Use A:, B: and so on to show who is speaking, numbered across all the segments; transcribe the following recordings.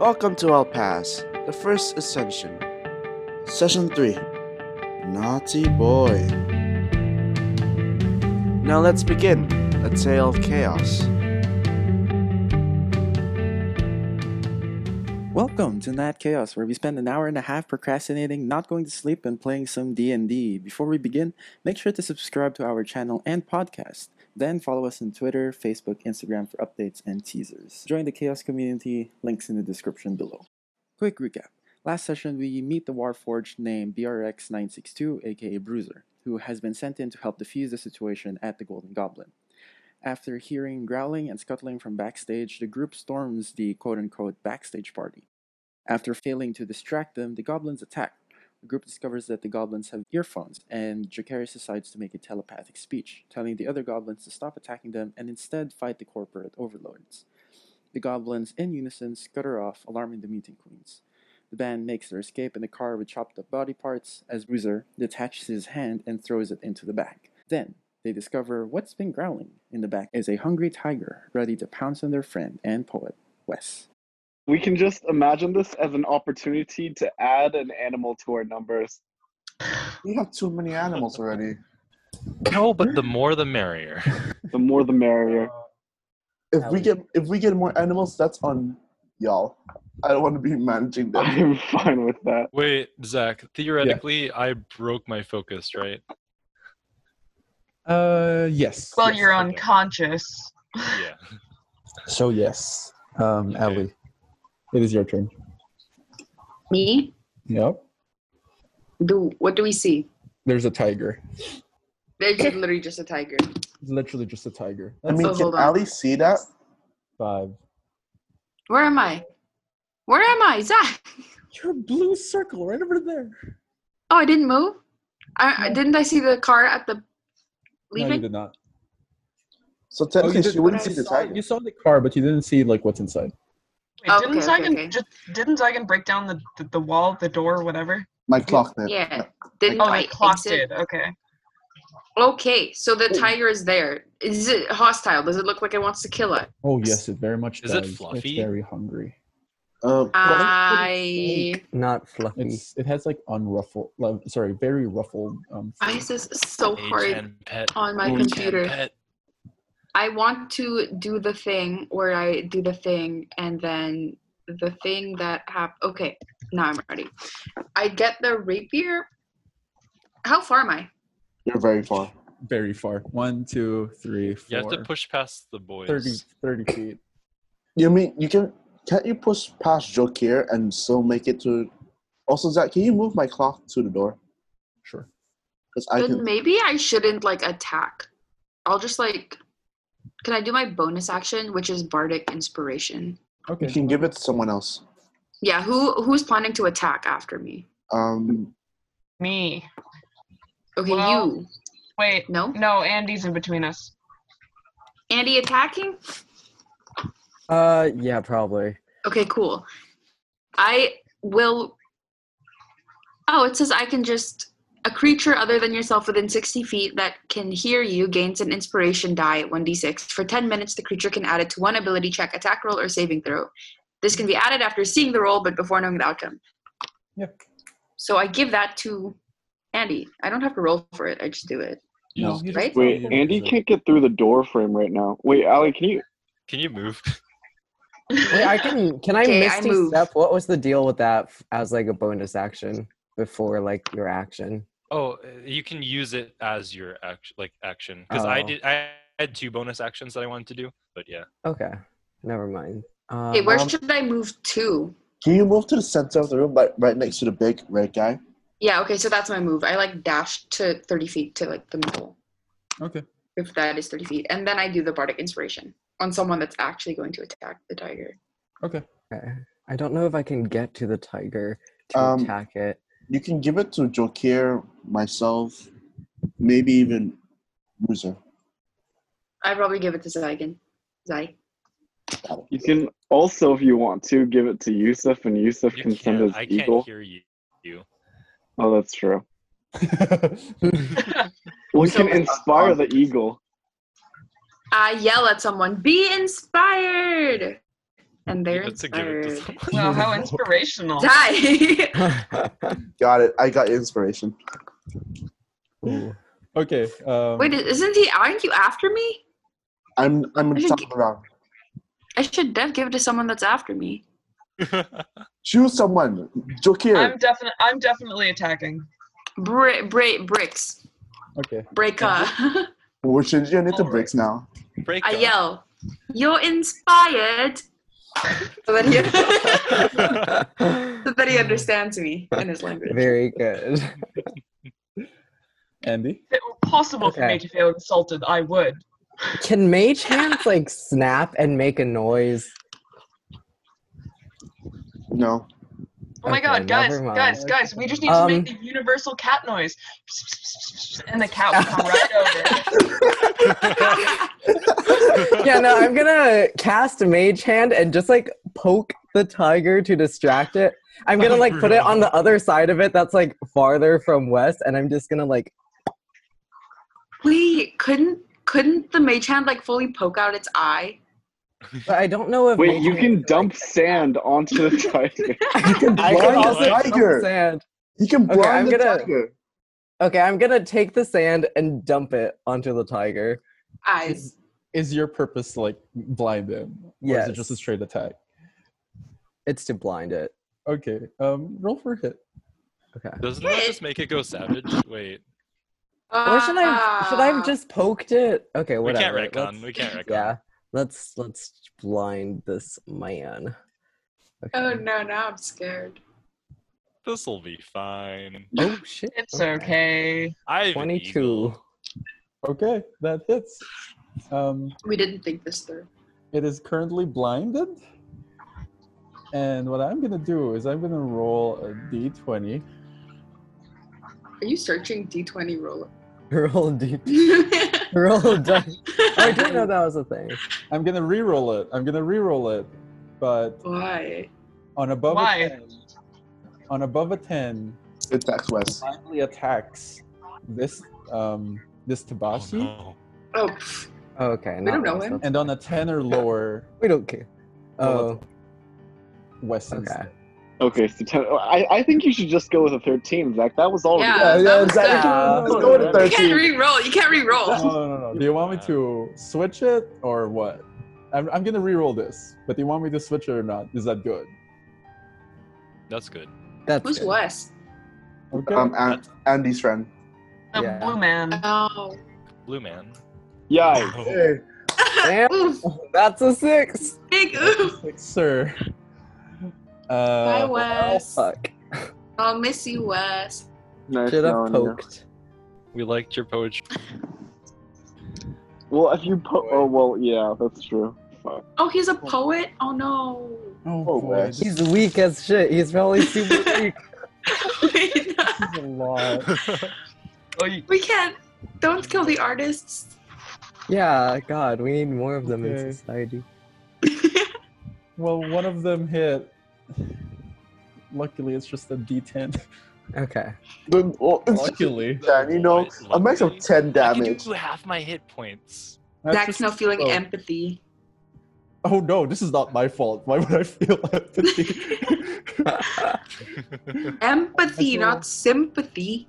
A: Welcome to El Pass, the first ascension. Session 3 Naughty Boy. Now let's begin a tale of chaos.
B: Welcome to Night Chaos, where we spend an hour and a half procrastinating, not going to sleep, and playing some D&D. Before we begin, make sure to subscribe to our channel and podcast. Then follow us on Twitter, Facebook, Instagram for updates and teasers. Join the Chaos community, links in the description below. Quick recap. Last session, we meet the Warforged named BRX962, aka Bruiser, who has been sent in to help defuse the situation at the Golden Goblin. After hearing growling and scuttling from backstage, the group storms the quote unquote backstage party. After failing to distract them, the goblins attack. The group discovers that the goblins have earphones, and Dracarys decides to make a telepathic speech, telling the other goblins to stop attacking them and instead fight the corporate overlords. The goblins, in unison, scutter off, alarming the mutant queens. The band makes their escape in a car with chopped up body parts as Bruiser detaches his hand and throws it into the back. Then, they discover what's been growling in the back is a hungry tiger ready to pounce on their friend and poet, Wes.
C: We can just imagine this as an opportunity to add an animal to our numbers.
A: We have too many animals already.
D: No, but the more the merrier.
C: The more the merrier.
A: If we get if we get more animals, that's on y'all. I don't want to be managing them.
C: I'm fine with that.
D: Wait, Zach, theoretically, I broke my focus, right?
E: Uh, yes.
F: Well,
E: yes.
F: you're
D: okay.
F: unconscious.
D: Yeah.
E: So yes, um,
D: Okay.
E: Ellie, it is your turn.
G: Me?
E: Yep.
G: Do what do we see?
E: There's a tiger.
G: There's just literally just a tiger.
E: It's literally just a tiger.
A: I mean,
G: So
A: can
G: hold on.
A: Ali see that?
E: Five.
G: Where am I? Where am I? Zach?
E: Your blue circle right over there.
G: Oh, I didn't move. I I- didn't I see the car at the
E: No, you
G: leaving?
E: did not.
A: So
E: Oh,
A: technically,
E: did-
A: she wouldn't
G: I
A: see the
G: saw
A: tiger.
E: You saw the car, but you didn't see like what's inside.
F: Wait,
G: Oh,
F: didn't
G: okay, okay,
F: Zagan
G: okay.
F: just didn't Zagan break down the, the, the wall, the door, whatever?
A: My clock then.
G: yeah. Didn't
F: Oh,
G: I
F: they clocked
G: exit?
F: it. Okay.
G: Okay, so the tiger is there. Is it hostile? Does it look like it wants to kill us?
E: Oh yes, it very much
D: Is it
E: does.
D: fluffy?
E: It's very hungry.
A: Uh,
G: I
H: Not fluffy.
E: It's it has like unruffled. Like, sorry, very ruffled. Um,
G: why
E: fur.
G: is this so hard
D: HN pet.
G: on my
D: HN
G: computer?
D: pet.
G: I want to do the thing where I do the thing and then the thing that hap Okay, now I'm ready. I get the rapier. How far am I?
A: you're very far.
E: very far. One, two, three, four.
D: You have to push past the boys.
E: 30, 30 feet.
A: You mean you can? Can't you push past Jokir and still make it to? Also, Zach, can you move my clock to the door?
E: Sure.
A: Because I
G: then
A: can.
G: maybe I shouldn't like attack. I'll just like. Can I do my bonus action, which is bardic inspiration?
A: You
E: Okay.
A: can give it to someone else.
G: Yeah, who who's planning to attack after me?
A: Um,
F: Me.
G: Okay,
F: Well-
G: you.
F: Wait.
G: No,
F: No, Andy's in between us.
G: Andy attacking.
H: Uh, yeah, probably.
G: Okay, cool. I will. Oh, it says I can just. A creature other than yourself within 60 feet that can hear you gains an inspiration die at 1d6. For 10 minutes, the creature can add it to one ability check, attack roll, or saving throw. This can be added after seeing the roll, but before knowing the outcome.
E: Yep.
G: So I give that to Andy. I don't have to roll for it, I just do it.
E: No,
A: No,
E: you just
G: right?
E: tell
C: Wait,
E: me
C: Andy
E: if it's a-
C: can't get through the door frame right now. Wait, Ali, can you?
D: Can you move?
H: Wait, I can. Can I
G: Okay, I
H: misty
G: move.
H: step? What was the deal with that f- as like a bonus action before like your action?
D: Oh, uh, you can use it as your action, like action. Because I
H: Oh.
D: did. I had two bonus actions that I wanted to do, but yeah.
H: Okay, never mind. Um,
G: Okay, where
H: um,
G: should I move to?
A: can you move to the center of the room, like right next to the big red guy?
G: Yeah, okay, so that's my move. I like dash to 30 feet to like the middle,
E: Okay.
G: if that is 30 feet. And then I do the bardic inspiration on someone that's actually going to attack the tiger.
E: Okay.
H: okay. I don't know if I can get to the tiger to
A: Um,
H: attack it.
A: You can give it to Jokir, myself, maybe even Bruiser.
G: I'd probably give it to Zygon. Zy.
C: You can also, if you want to, give it to Yusuf, and Yusuf
D: You
C: can send
D: can't.
C: his
D: I
C: eagle.
D: can't hear you. you.
C: Oh, that's true.
F: Wait,
C: We
G: So-
C: can inspire the eagle.
G: I yell at someone, be inspired! and theirs
D: That's a give it to
G: are
D: someone.
F: Wow, how inspirational.
G: die.
A: Got it. I got inspiration.
E: Ooh. Okay. Um,
G: Wait, isn't he? Aren't you after me?
A: I'm I'm
G: I
A: in
G: should
A: top of the round.
G: I should def give it to someone that's after me.
A: Choose someone. Jokir.
F: I'm definitely I'm definitely attacking.
G: Bri- bri- bricks.
E: okay.
G: Breaker.
A: We're changing it to
F: Alright.
A: bricks now.
D: Break
G: I
D: up.
G: yell, You're inspired. So that, he, so that he understands me in his language.
H: Very good.
E: Andy.
F: If it were possible for me
H: Okay.
F: to feel insulted, I would.
H: Can mage hands like snap and make a noise?
A: No.
F: Oh my
H: Okay,
F: god, guys,
H: never mind. Um,
F: guys, guys, we just need to make the universal cat noise. And the cat will come right over.
H: Yeah, no, I'm gonna cast mage hand and just like poke the tiger to distract it. I'm gonna like put it on the other side of it that's like farther from west, and I'm just gonna like
G: Wait, couldn't couldn't the mage hand like fully poke out its eye?
H: but I don't know if
C: Wait,
H: mage
C: you
H: hand
C: can
H: is,
C: dump sand onto the tiger.
H: like- I
A: blind
H: can
A: the
H: also dump
A: tiger.
H: sand.
A: You can
H: Okay,
A: blind
H: I'm
A: the
H: gonna-
A: tiger.
H: Okay, I'm gonna take the sand and dump it onto the tiger.
G: Eyes.
E: Is your purpose to, like blind him, or is it just a
H: Yes.
E: straight attack?
H: It's to blind it.
E: Okay. Um, roll for hit.
H: Okay.
D: Doesn't that just make it go savage? Wait,
H: Or should I should I have
G: Ah.
H: just poked it? Okay, whatever.
D: we can't retcon.
H: let's-
D: We can't retcon.
H: Yeah, let's let's blind this man.
G: Oh
H: Okay.
G: no, now I'm scared.
D: This will be fine.
H: Oh shit!
F: It's okay.
D: I have an
H: Twenty-two.
D: eagle.
E: Okay, that hits. Um,
G: We didn't think this through.
E: it is currently blinded, and what I'm gonna do is I'm gonna roll a d20.
G: Are you searching D20 roll?
H: Roll deep. Roll dice. Oh, I didn't know that was a thing.
E: I'm gonna re-roll it. I'm gonna re-roll it, but
G: Why?
E: on above
F: Why?
E: a ten, on above a ten,
A: It attacks West.
E: blindly attacks this um this
D: Oh,
E: Tabashi,
D: no.
G: Oh, pff,
H: Okay,
G: We don't
H: not
G: know
H: Wes,
G: him.
H: that's-
E: and on a ten or lower,
H: We don't care.
E: Well,
H: Oh,
E: West
H: okay.
E: instead.
C: Okay, so ten, I, I think you should just go with a 13, Zach. That was already
G: Yeah,
A: Yeah,
G: that
A: yeah,
G: was
A: exactly.
G: good.
H: Yeah.
A: Let's go to
G: You can't
A: 13.
G: re-roll. You can't re-roll.
E: No, no, no, no. Do you want me to switch it or what? I'm, I'm gonna re-roll this, but do you want me to switch it or not? Is that good?
D: That's good.
H: That's
G: Who's
H: good.
G: Wes?
E: Okay.
A: Um, An- Andy's friend.
F: A
H: Yeah.
F: blue man.
G: Oh.
D: Blue man.
C: Yeah,
D: Oh.
H: Damn,
G: Oof.
H: that's a six.
G: Big oof.
E: Like, sir.
G: Bye,
E: Uh,
G: Wes.
H: Oh, Fuck.
G: I'll miss you, Wes.
A: Nice
H: Should have
A: knowing you.
H: poked.
D: We liked your poetry.
C: well, if you po- oh well, yeah, that's true. Fuck.
G: Oh, he's a poet? Oh, no.
E: Oh,
A: Oh,
E: boy,
A: Wes.
E: this
H: He's weak as shit. He's probably super weak.
E: is a lot.
F: Oh, you-
G: we can't. Don't kill the artists.
H: Yeah, God, we need more of them
E: Okay.
H: in society.
E: Well, one of them hit. Luckily, it's just a D10.
H: Okay.
A: Then- well, it's just
E: Luckily,
A: Dan, you know, a max of 10
D: I can
A: damage.
D: do half my hit points.
E: That's
G: Zach's
E: just-
G: not feeling
E: oh.
G: empathy.
E: Oh no, this is not my fault. Why would I feel empathy?
G: Empathy,
E: I feel-
G: not sympathy.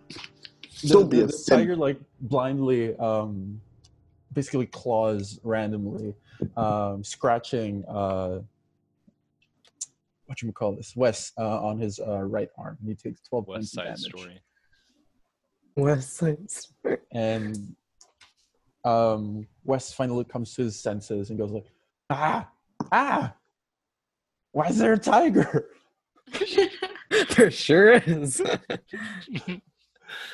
A: Don't be
E: the,
A: a
E: the
A: simp.
E: tiger like blindly um basically claws randomly um scratching uh what you call this wes uh, on his uh, right arm and he takes 12
D: West
E: points of
D: Side
E: damage
D: Story.
H: West Side Story.
E: and um wes finally comes to his senses and goes like ah ah why is there a tiger
H: There sure is.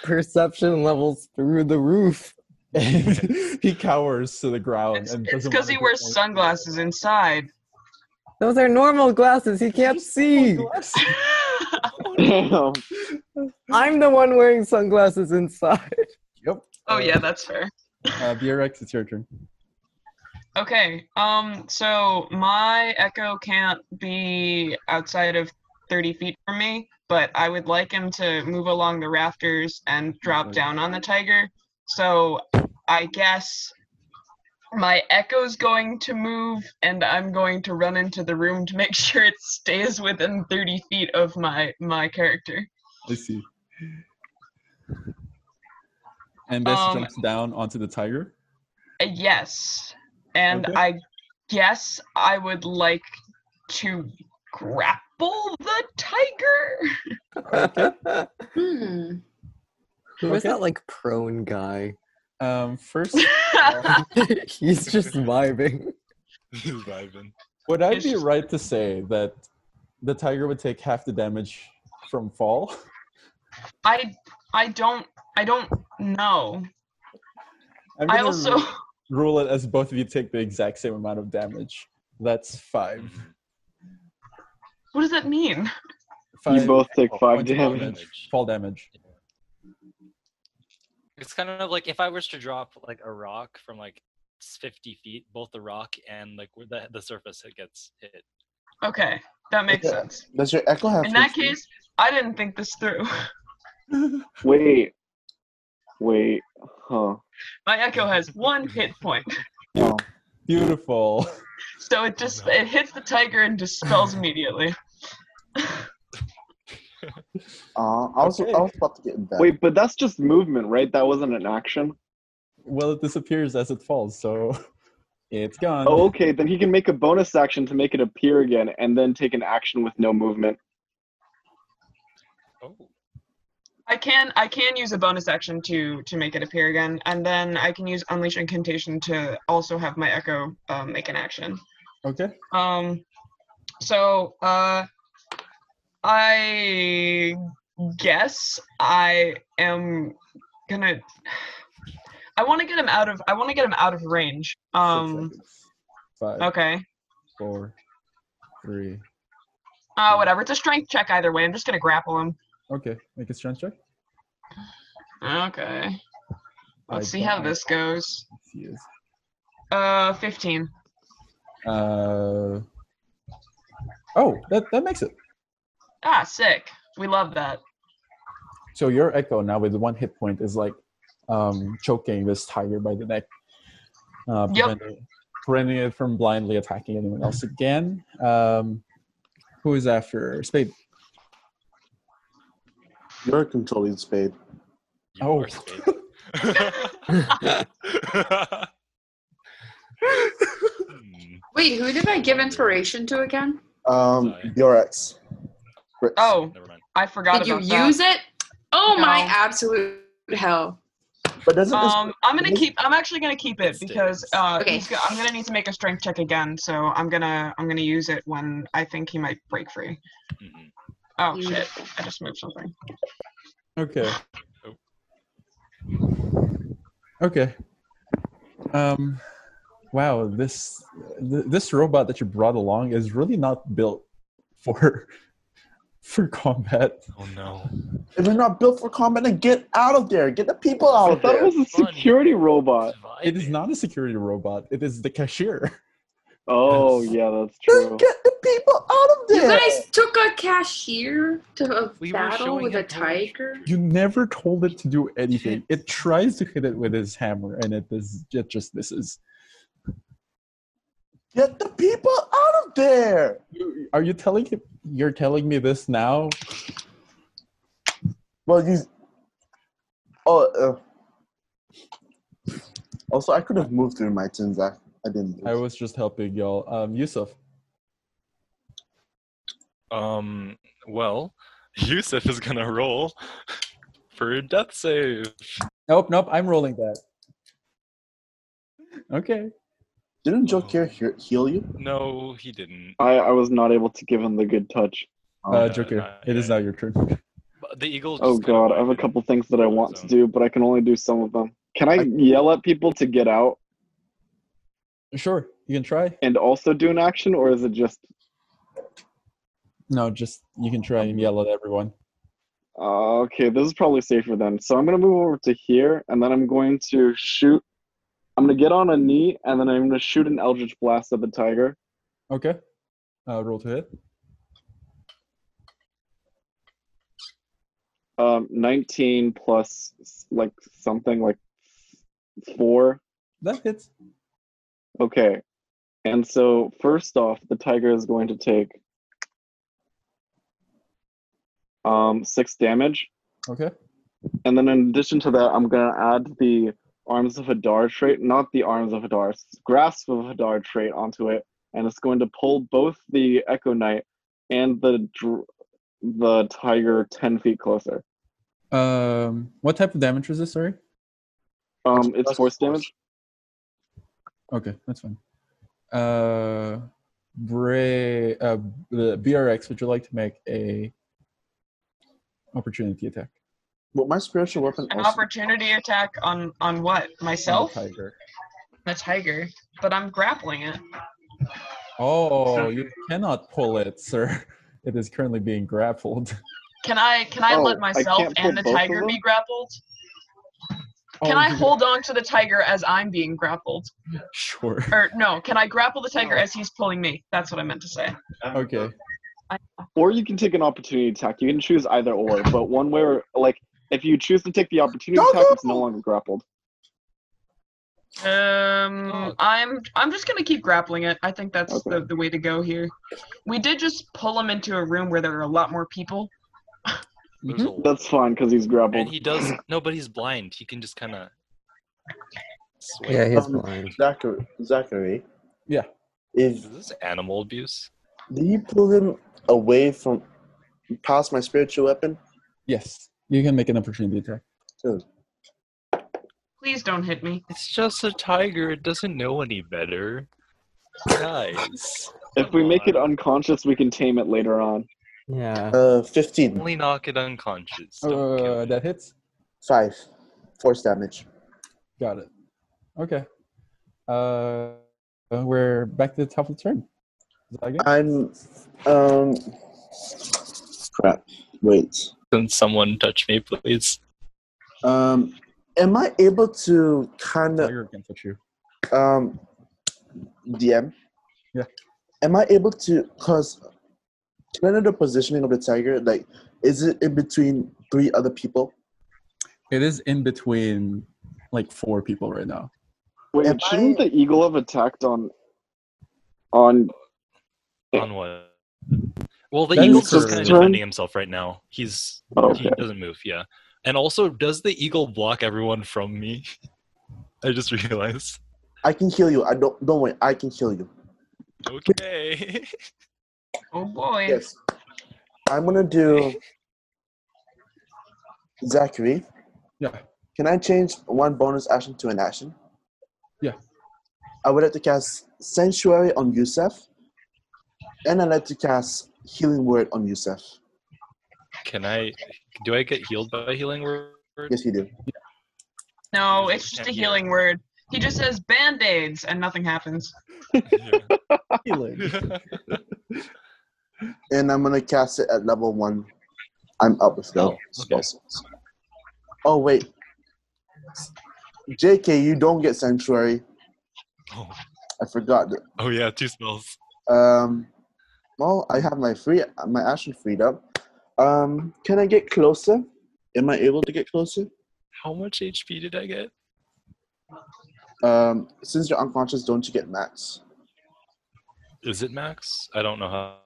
H: Perception levels through the roof.
E: and he cowers to the ground
F: It's
E: and doesn't
F: because
E: wanna
F: he
E: go
F: wears
E: forward.
F: sunglasses inside.
H: Those are normal glasses. He can't see.
C: Damn.
H: I'm the one wearing sunglasses inside.
E: yep
F: oh yeah, that's fair.
E: uh, brx it's your turn
F: Okay. Um. So my echo can't be outside of thirty feet from me, but I would like him to move along the rafters and drop down on the tiger. So I guess My echo's going to move, and I'm going to run into the room to make sure it stays within 30 feet of my my character.
E: I see. And this
F: Um,
E: jumps down onto the tiger.
F: A yes, and
E: Okay.
F: I guess I would like to grapple the tiger.
G: Hmm.
H: Who is
E: Okay.
H: that like prone guy?
E: Um, first,
H: He's just vibing.
D: Vibing.
E: would I
F: It's
E: be
F: just-
E: right to say that the tiger would take half the damage from fall?
F: I I don't I don't know.
E: I'm
F: I
E: gonna
F: also
E: ru- rule it as both of you take the exact same amount of damage. That's five.
F: what does that mean?
E: Five
C: you both take
E: oh,
C: five
E: points of
C: damage.
E: Fall damage.
D: It's kind of like if I was to drop like a rock from like s- 50 feet, both the rock and like where the the surface it gets hit.
F: Okay, that makes
A: Okay.
F: sense.
A: Does your echo have
F: In that
A: 50?
F: case, I didn't think this through.
C: Wait, wait, huh?
F: My echo has one hit point,
A: Oh.
E: Beautiful.
F: so it just it hits the tiger and dispels immediately.
A: Uh, I was
E: Okay.
A: I was about to get that.
C: Wait, but that's just movement, right? That wasn't an action.
E: Well, it disappears as it falls, so it's gone.
C: Oh, okay. Then he can make a bonus action to make it appear again, and then take an action with no movement.
D: Oh,
F: I can I can use a bonus action to to make it appear again, and then I can use unleash incantation to also have my echo um, make an action.
E: Okay.
F: Um, so uh, I guess I am gonna. I want to get him out of. I want to get him out of range. Um.
E: Six seconds. Five,
F: Okay.
E: four, three.
F: Uh, whatever. It's a strength check either way. I'm just gonna grapple him.
E: Okay, make a strength check.
F: Okay.
E: I
F: Let's see
E: don't
F: how
E: know
F: this goes.
E: if he is.
F: Uh, 15.
E: Uh, oh, that, that makes it.
F: Ah, sick. We love that.
E: So your echo now with one hit point is like um, choking this tiger by the neck, uh,
F: Yep.
E: preventing, preventing it from blindly attacking anyone else again. Um, who is after Spade?
A: You're controlling Spade.
D: you
E: Oh.
D: are spade. Hmm.
G: Wait, who did I give inspiration to again?
A: Um,
D: Sorry.
A: your ex. Brits.
F: Oh,
D: Never mind.
F: I forgot
G: Did you
F: about that.
G: use it? Oh my
F: No.
G: absolute hell!
A: but doesn't this
F: Um, I'm gonna
A: this-
F: keep. I'm actually gonna keep it
D: It
F: because
D: stays.
F: uh,
G: Okay.
F: he's go- I'm gonna need to make a strength check again. So I'm gonna I'm gonna use it when I think he might break free.
D: Mhm.
F: Oh
G: You-
F: shit! I just moved something.
E: Okay. Okay. Um, wow, this th- this robot that you brought along is really not built for for combat.
D: Oh no.
A: If you're not built for combat, then get out of there. Get the people out
C: I
A: of
C: thought it
A: there.
C: was a security robot.
E: It is not a security robot. It is the cashier.
C: Oh, yeah, that's
A: Then
C: true.
A: get the people out of
G: You
A: there.
G: guys took a cashier to a
D: We were
G: battle
D: showing
G: with
D: him
G: a
D: Polish.
G: tiger.
E: You never told it to do anything. It tries to hit it with his hammer, and it does. It just misses.
A: Get the people out of there.
E: You- Are you telling him? You're telling me this now?
A: Well, you. Oh. uh, Also, I could have moved through my tins. I, I didn't.
E: I was just helping y'all. Um, Yusuf.
D: Um. Well, Yusuf is gonna roll for a death save.
E: Nope, nope. I'm rolling that. Okay.
A: Didn't Joker he- heal you?
D: No, he didn't.
C: I, I was not able to give him the good touch.
E: Uh,
D: Oh, no,
A: Oh,
E: Joker,
D: not
E: it is
D: yet.
E: now your turn.
D: But The eagle.
C: Oh
D: just kinda
C: god, I have a
D: whined.
C: couple things that I
D: on
C: want
D: his
C: to
D: own.
C: do, but I can only do some of them. Can I
E: I-
C: yell at people to get out
E: Sure, you can try.
C: and also do an action, or is it just
E: No, just you can try and yell at everyone.
C: Uh, okay, this is probably safer then. So I'm gonna move over to here, and then I'm going to shoot. I'm gonna get on a knee, and then I'm gonna shoot an Eldritch Blast at the tiger.
E: Okay. Uh, roll to hit.
C: Um, 19 plus like something like four.
E: That hits.
C: Okay. And so, first off, the tiger is going to take um, six damage.
E: Okay.
C: And then, in addition to that, I'm going to add the Arms of Hadar trait, not the Arms of Hadar, s- Grasp of Hadar trait onto it. And it's going to pull both the Echo Knight and the dr- the tiger 10 feet closer.
E: Um, what type of damage is this? Sorry.
C: Um,
A: Plus
C: it's force damage.
E: Okay, that's fine. Uh, Bra- uh, the BRX. Would you like to make a opportunity attack
A: Well, my spiritual weapon
F: An
A: also.
F: opportunity attack on on what?
E: on the
F: Myself?
E: tiger?
F: The tiger. But I'm grappling it.
E: Oh, you cannot pull it, sir. It is currently being grappled.
F: Can I can I
C: Oh,
F: let
C: I
F: myself
C: can't
F: and the
C: pull both of
F: tiger be
C: them?
F: grappled? Can
E: Oh,
F: I
E: you-
F: hold on to the tiger as I'm being grappled?
E: Sure.
F: Or no, can I grapple the tiger as he's pulling me? That's what I meant to say.
E: Okay.
C: Or you can take an opportunity attack. You can choose either or, but one way or like if you choose to take the opportunity
A: Don't
C: attack,
A: go!
C: it's no longer grappled.
F: Um, I'm I'm just gonna keep grappling it. I think that's the, the way to go here. We did just pull him into a room where there were a lot more people.
D: There's a lot.
C: That's fine because he's grappled.
D: And he does. No, but he's blind. He can just kind of.
H: Yeah, he's
A: Um,
H: blind.
A: Zachary, Zachary.
E: Yeah.
A: If
D: Is this animal abuse?
A: do you pull him away from past my spiritual weapon?
E: Yes, you can make an opportunity attack.
F: Please don't hit me.
D: It's just a tiger. It doesn't know any better. Guys,
C: If we make it
D: Come on.
C: unconscious, we can tame it later on.
H: Yeah.
A: Uh, 15.
D: only knock it unconscious.
C: Oh,
D: Don't kill
E: Uh,
D: it.
E: that hits.
A: Five. Force damage.
E: Got it. Okay. Uh, we're back to the top of the turn. Is that again?
A: I'm. Um. Crap. Wait.
D: Can someone touch me, please?
A: Um. Am I able to kind of
E: Tiger can touch you.
A: um DM?
E: Yeah.
A: Am I able to cause can I know the positioning of the tiger? Like is it in between three other people?
E: It is in between like four people right now.
C: Wait,
A: Am
C: shouldn't
A: I-
C: the eagle have attacked on on Yeah.
D: On what? Well, the
E: That is
D: eagle's just
E: her
D: kind of
C: turn.
D: defending himself right now. He's
C: oh,
D: he
C: okay.
D: doesn't move. Yeah. And also, does the eagle block everyone from me? I just realized.
A: I can heal you. I don't don't worry, I can heal you.
D: Okay.
F: Oh boy.
A: Yes. I'm gonna do Zachary.
E: Yeah.
A: Can I change one bonus action to an action?
E: Yeah.
A: I would like to cast Sanctuary on Yusef, and I'd like to cast Healing Word on Yusef.
D: Can I? Do I get healed by healing word?
A: Yes, you do.
F: No,
D: Usually
F: it's just a
D: can't heal.
F: healing word. He just says band aids and nothing happens.
D: Yeah.
E: Healing.
A: And I'm gonna cast it at level one. I'm up with
D: Oh,
A: spell.
D: okay.
A: spells. Oh wait. JK, you don't get Sanctuary.
D: oh,
A: I forgot.
D: oh yeah, two spells.
A: Um, well, I have my free my action freed up. Um, can I get closer? Am I able to get closer?
D: How much HP did I get?
A: Um, since you're unconscious, don't you get max?
D: Is it max? I don't know how,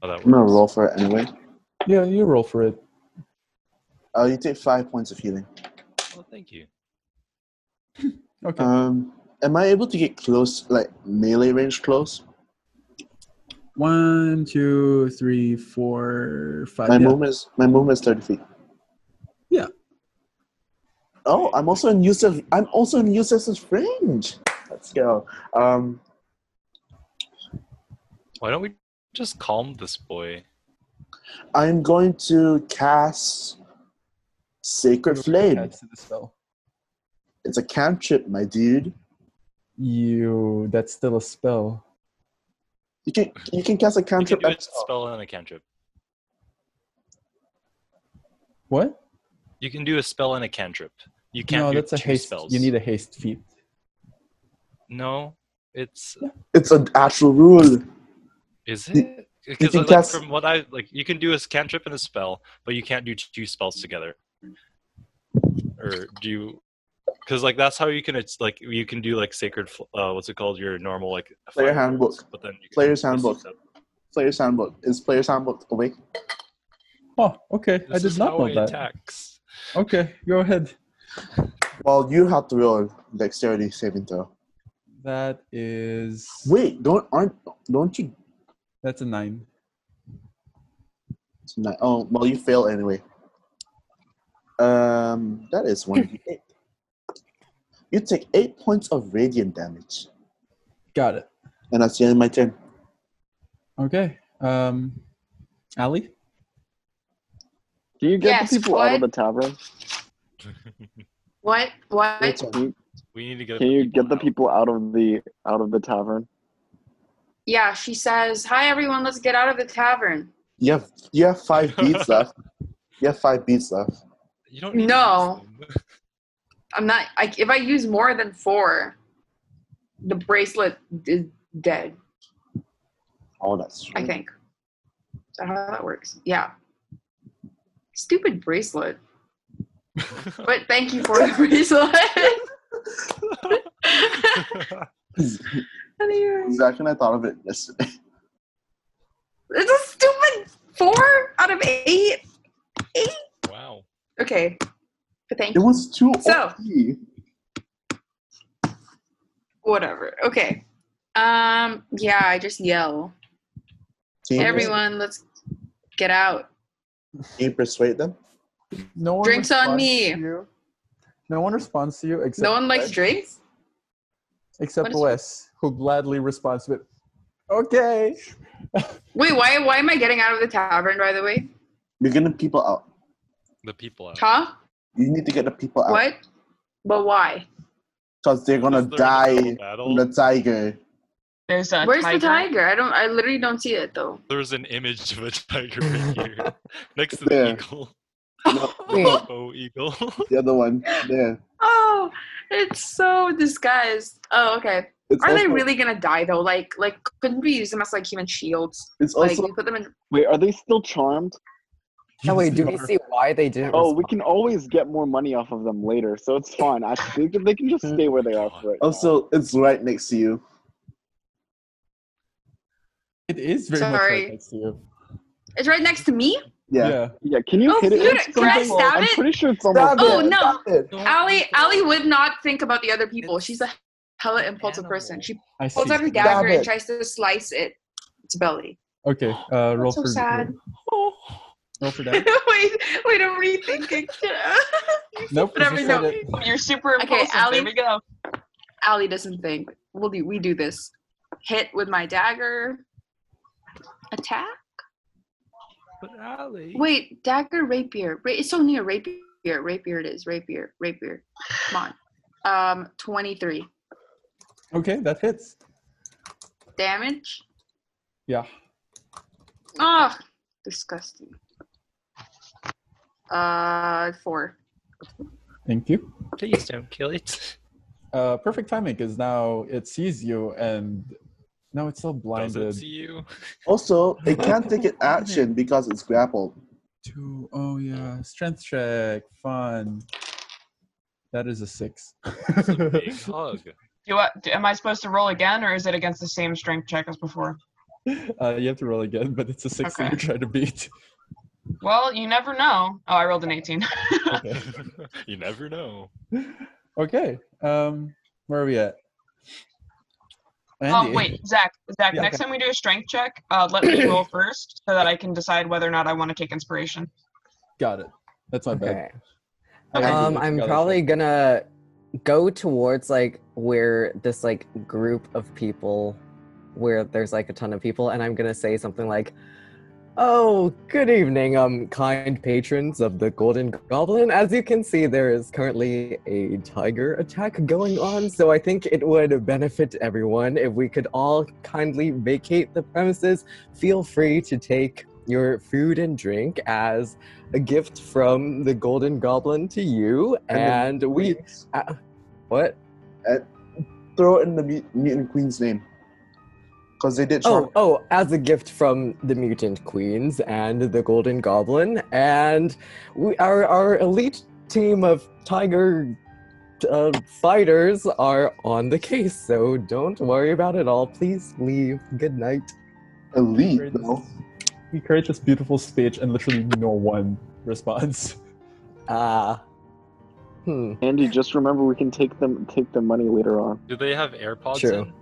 D: how that works.
A: I'm gonna roll for it anyway.
E: yeah, you roll for it.
A: Uh, you take five points of healing.
D: Well, thank you.
E: Okay.
A: Um, am I able to get close, like melee range close?
E: One, two, three, four, five.
A: My
E: Uh, yeah.
A: movement is my movement is thirty feet.
E: Yeah.
A: Oh, I'm also in Yusuf. I'm also in Yusuf's range. Let's go. Um,
D: Why don't we just calm this boy?
A: I'm going to cast Sacred Flame.
E: Adds to the spell.
A: It's a cantrip, my dude.
E: You. That's still a spell.
A: You can you can cast a
D: You can
A: cantrip.
D: do a
A: At,
D: spell and a cantrip.
E: What?
D: You can do a spell and a cantrip. You can't
E: no,
D: do
E: that's a
D: two
E: haste.
D: spells.
E: You need a haste feat.
D: No, it's
A: it's an actual rule.
D: is
A: You-
D: it because
A: can
D: like,
A: cast-
D: from what I like, you can do a cantrip and a spell, but you can't do two spells together. Or do you? because like that's how you can it's like you can do like sacred fl- uh what's it called your normal like
A: Player
D: fire
A: handbook.
D: words, but then you can
A: Player's
D: twist it
A: handbook.
D: up.
A: Player's handbook. Is Player's handbook awake?
E: Oh, okay. I
D: This
E: did
D: is
E: not
D: how
E: know
D: I
E: that.
D: attacks.
E: Okay, go ahead.
A: Well, you have to roll a dexterity saving throw.
E: That is.
A: Wait, don't aren't don't you?
E: That's a nine.
A: it's not- Oh, well, you fail anyway. Um, that is one. d eight. You take eight points of radiant damage,
E: Got it.
A: and that's the end of my turn.
E: Okay. Um, Ali.
C: Do you get
G: Yes,
C: the people out of
G: what?
C: the tavern?
G: What?
A: Your
G: What?
A: turn.
C: Can you,
D: We need to get.
C: can you get the
D: out.
C: people out of the out of the tavern?
G: Yeah, she says, Hi everyone, let's get out of the tavern.
A: You have you have five beats left. You have five beats left.
D: You don't. Need
G: No.
D: To use them.
G: I'm not I, if I use more than four, the bracelet is dead,
A: Oh, that's true.
G: I think. Is that how that works? Yeah. Stupid bracelet. But thank you for the bracelet. Anyway.
A: Zach and I thought of it yesterday.
G: It's a stupid four out of eight.
D: wow.
G: Okay. But thank
A: It
G: you.
A: was too
G: So-
A: OP.
G: Whatever. Okay. Um, yeah, I just yell.
A: Can you,
G: Everyone, let's get out.
A: can you persuade them?
E: No one.
G: Drinks on
E: responds
G: me.
E: to you. No one responds to you except
G: No one likes
E: Wes-
G: drinks?
E: except
G: What is-
E: Wes, who gladly responds with, "Okay."
G: Wait, why why am I getting out of the tavern by the way?
A: You're getting people out.
D: The people out.
G: Huh?
A: You need to get the
E: Uh,
A: people out.
G: What? But why?
A: Because they're gonna
D: Because they're in the middle
A: die
D: of battle.
A: from the tiger.
F: There's a
G: Where's the tiger? I don't I literally don't see it though.
D: There's an image of a tiger right here, next to the
A: There.
D: eagle.
H: Wait.
D: Oh, eagle.
A: The other one. There.
G: Oh, it's so disguised. Oh, okay.
A: It's
G: Are
A: also,
G: they really gonna die though? Like like couldn't we use them as like human shields?
A: It's
G: Like
A: also
G: we put them in
C: Wait, are they still charmed?
H: Oh
E: Yes,
H: wait, do
E: they
H: we
E: are.
H: see why they didn't?
C: Oh, we can always get more money off of them later, so it's fine. I they, can- they can just stay where they are for right now.
A: also it's right next to you.
E: It is very much
G: Sorry.
E: right next to you.
G: it's right next to me?
A: Yeah.
C: yeah, can you
G: Oh,
C: hit it?
G: you
C: with
G: don't- can I
C: something?
G: stab
C: I'm
G: it?
C: pretty sure it's almost
A: Stop
G: Oh,
A: it,
G: no.
A: stop it.
G: Allie Allie would not think about the other people.
B: It's
G: She's a hella
B: an
G: impulsive person.
B: animal.
G: She
E: I see.
G: pulls out her
A: Stop
G: dagger and
A: it.
G: tries to slice it. Its belly.
E: Okay. Uh, roll
G: That's so
E: for
G: sad.
E: roll for damage.
G: wait, wait, I'm rethinking.
E: Nope. you
G: Whatever,
E: just
G: no.
E: said it.
F: You're super
G: Okay,
F: impulsive.
G: Ally-
F: There we go.
G: Allie doesn't think. We'll do we do this. Hit with my dagger. Attack?
D: but Allie.
G: Wait, dagger, rapier. Ra- it's so near rapier. Rapier it is. Rapier. Rapier. Come on. Um, 23.
E: Okay, that hits.
G: Damage?
E: Yeah.
G: Ah, disgusting. Uh, four.
E: Thank you.
D: Please don't kill it.
E: Uh, perfect timing because now it sees you and now it's still
D: Does it
E: blinded.
D: see you?
A: Also, it can't take an action because it's grappled.
E: Two. Oh yeah, strength check. Fun. That is a six.
D: It's a big hug.
F: Do I, do, am I supposed to roll again, or is it against the same strength check as before?
E: uh, you have to roll again, but it's a six that
F: Okay.
E: you're trying to beat.
F: Well, you never know. Oh, I rolled an 18.
E: Okay.
D: you never know.
E: okay. Um, where are we at? Andy.
F: um, wait, Zach. Zach,
E: Yeah,
F: next
E: okay.
F: time we do a strength check, uh, let me roll first so that I can decide whether or not I want to take inspiration.
E: Got it. That's my bad.
H: Okay.
E: I
F: Okay.
E: actually
H: Um,
E: just
H: I'm
E: got it
H: probably
E: right.
H: gonna go towards like where this like group of people, where there's like a ton of people, and I'm gonna say something like, "Oh, good evening, um, kind patrons of the Golden Goblin. As you can see, there is currently a tiger attack going on, so I think it would benefit everyone if we could all kindly vacate the premises. Feel free to take." Your food and drink as a gift from the Golden Goblin to you, and
A: the
H: we uh,
A: Queens.
H: what?
A: throw in the mut- mutant queen's name because they did.
H: Oh,
A: charm.
H: oh, as a gift from the Mutant Queens and the Golden Goblin, and we our our elite team of tiger uh, fighters are on the case, so don't worry about it all. Please leave. Good night.
A: Elite, though.
E: We create this beautiful speech and literally no one responds.
H: Ah. Hmm.
C: Andy, just remember we can take them take the money later on.
D: Do they have AirPods
H: True.
D: in?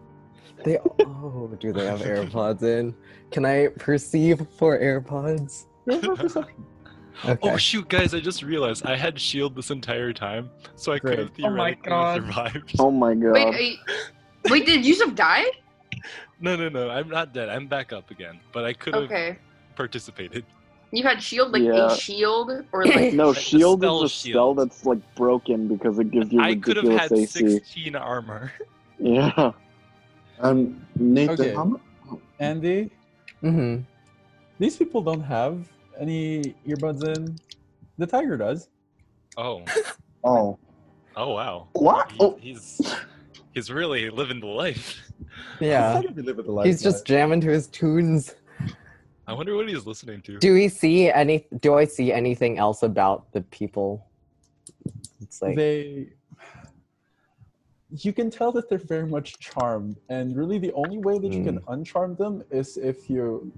H: They oh, do they have AirPods in? Can I perceive for AirPods? Okay.
D: Oh shoot, guys! I just realized I had shield this entire time, so I could have
F: Oh my
D: theoretically
F: God.
D: survived.
C: Oh my god.
G: Wait, are you, wait, did Yusuf die?
D: No, no, no! I'm not dead. I'm back up again, but I could have
G: Okay.
D: participated.
G: You had shield, like
C: Yeah.
G: a shield, or like
C: no,
D: Like the
C: shield E is
D: spell
C: a spell
D: shield.
C: that's like broken because it gives you
D: E I could have
C: ridiculous
D: had
C: AC.
D: 16 armor.
C: Yeah.
A: Um, Nathan,
E: Okay.
A: how mu-
E: Andy,
H: Mm-hmm.
E: these people don't have any earbuds in. The tiger does.
D: Oh,
A: Oh,
D: oh wow!
A: What?
D: He-
A: Oh.
D: He's he's really living the life.
H: Yeah.
E: He's not even living the life
H: He's just jamming to his tunes.
D: I wonder what he's listening to.
H: Do we see any? Do I see anything else about the people? It's like
E: they you can tell that they're very much charmed and really the only way that you can
H: Hmm.
E: uncharm them is if you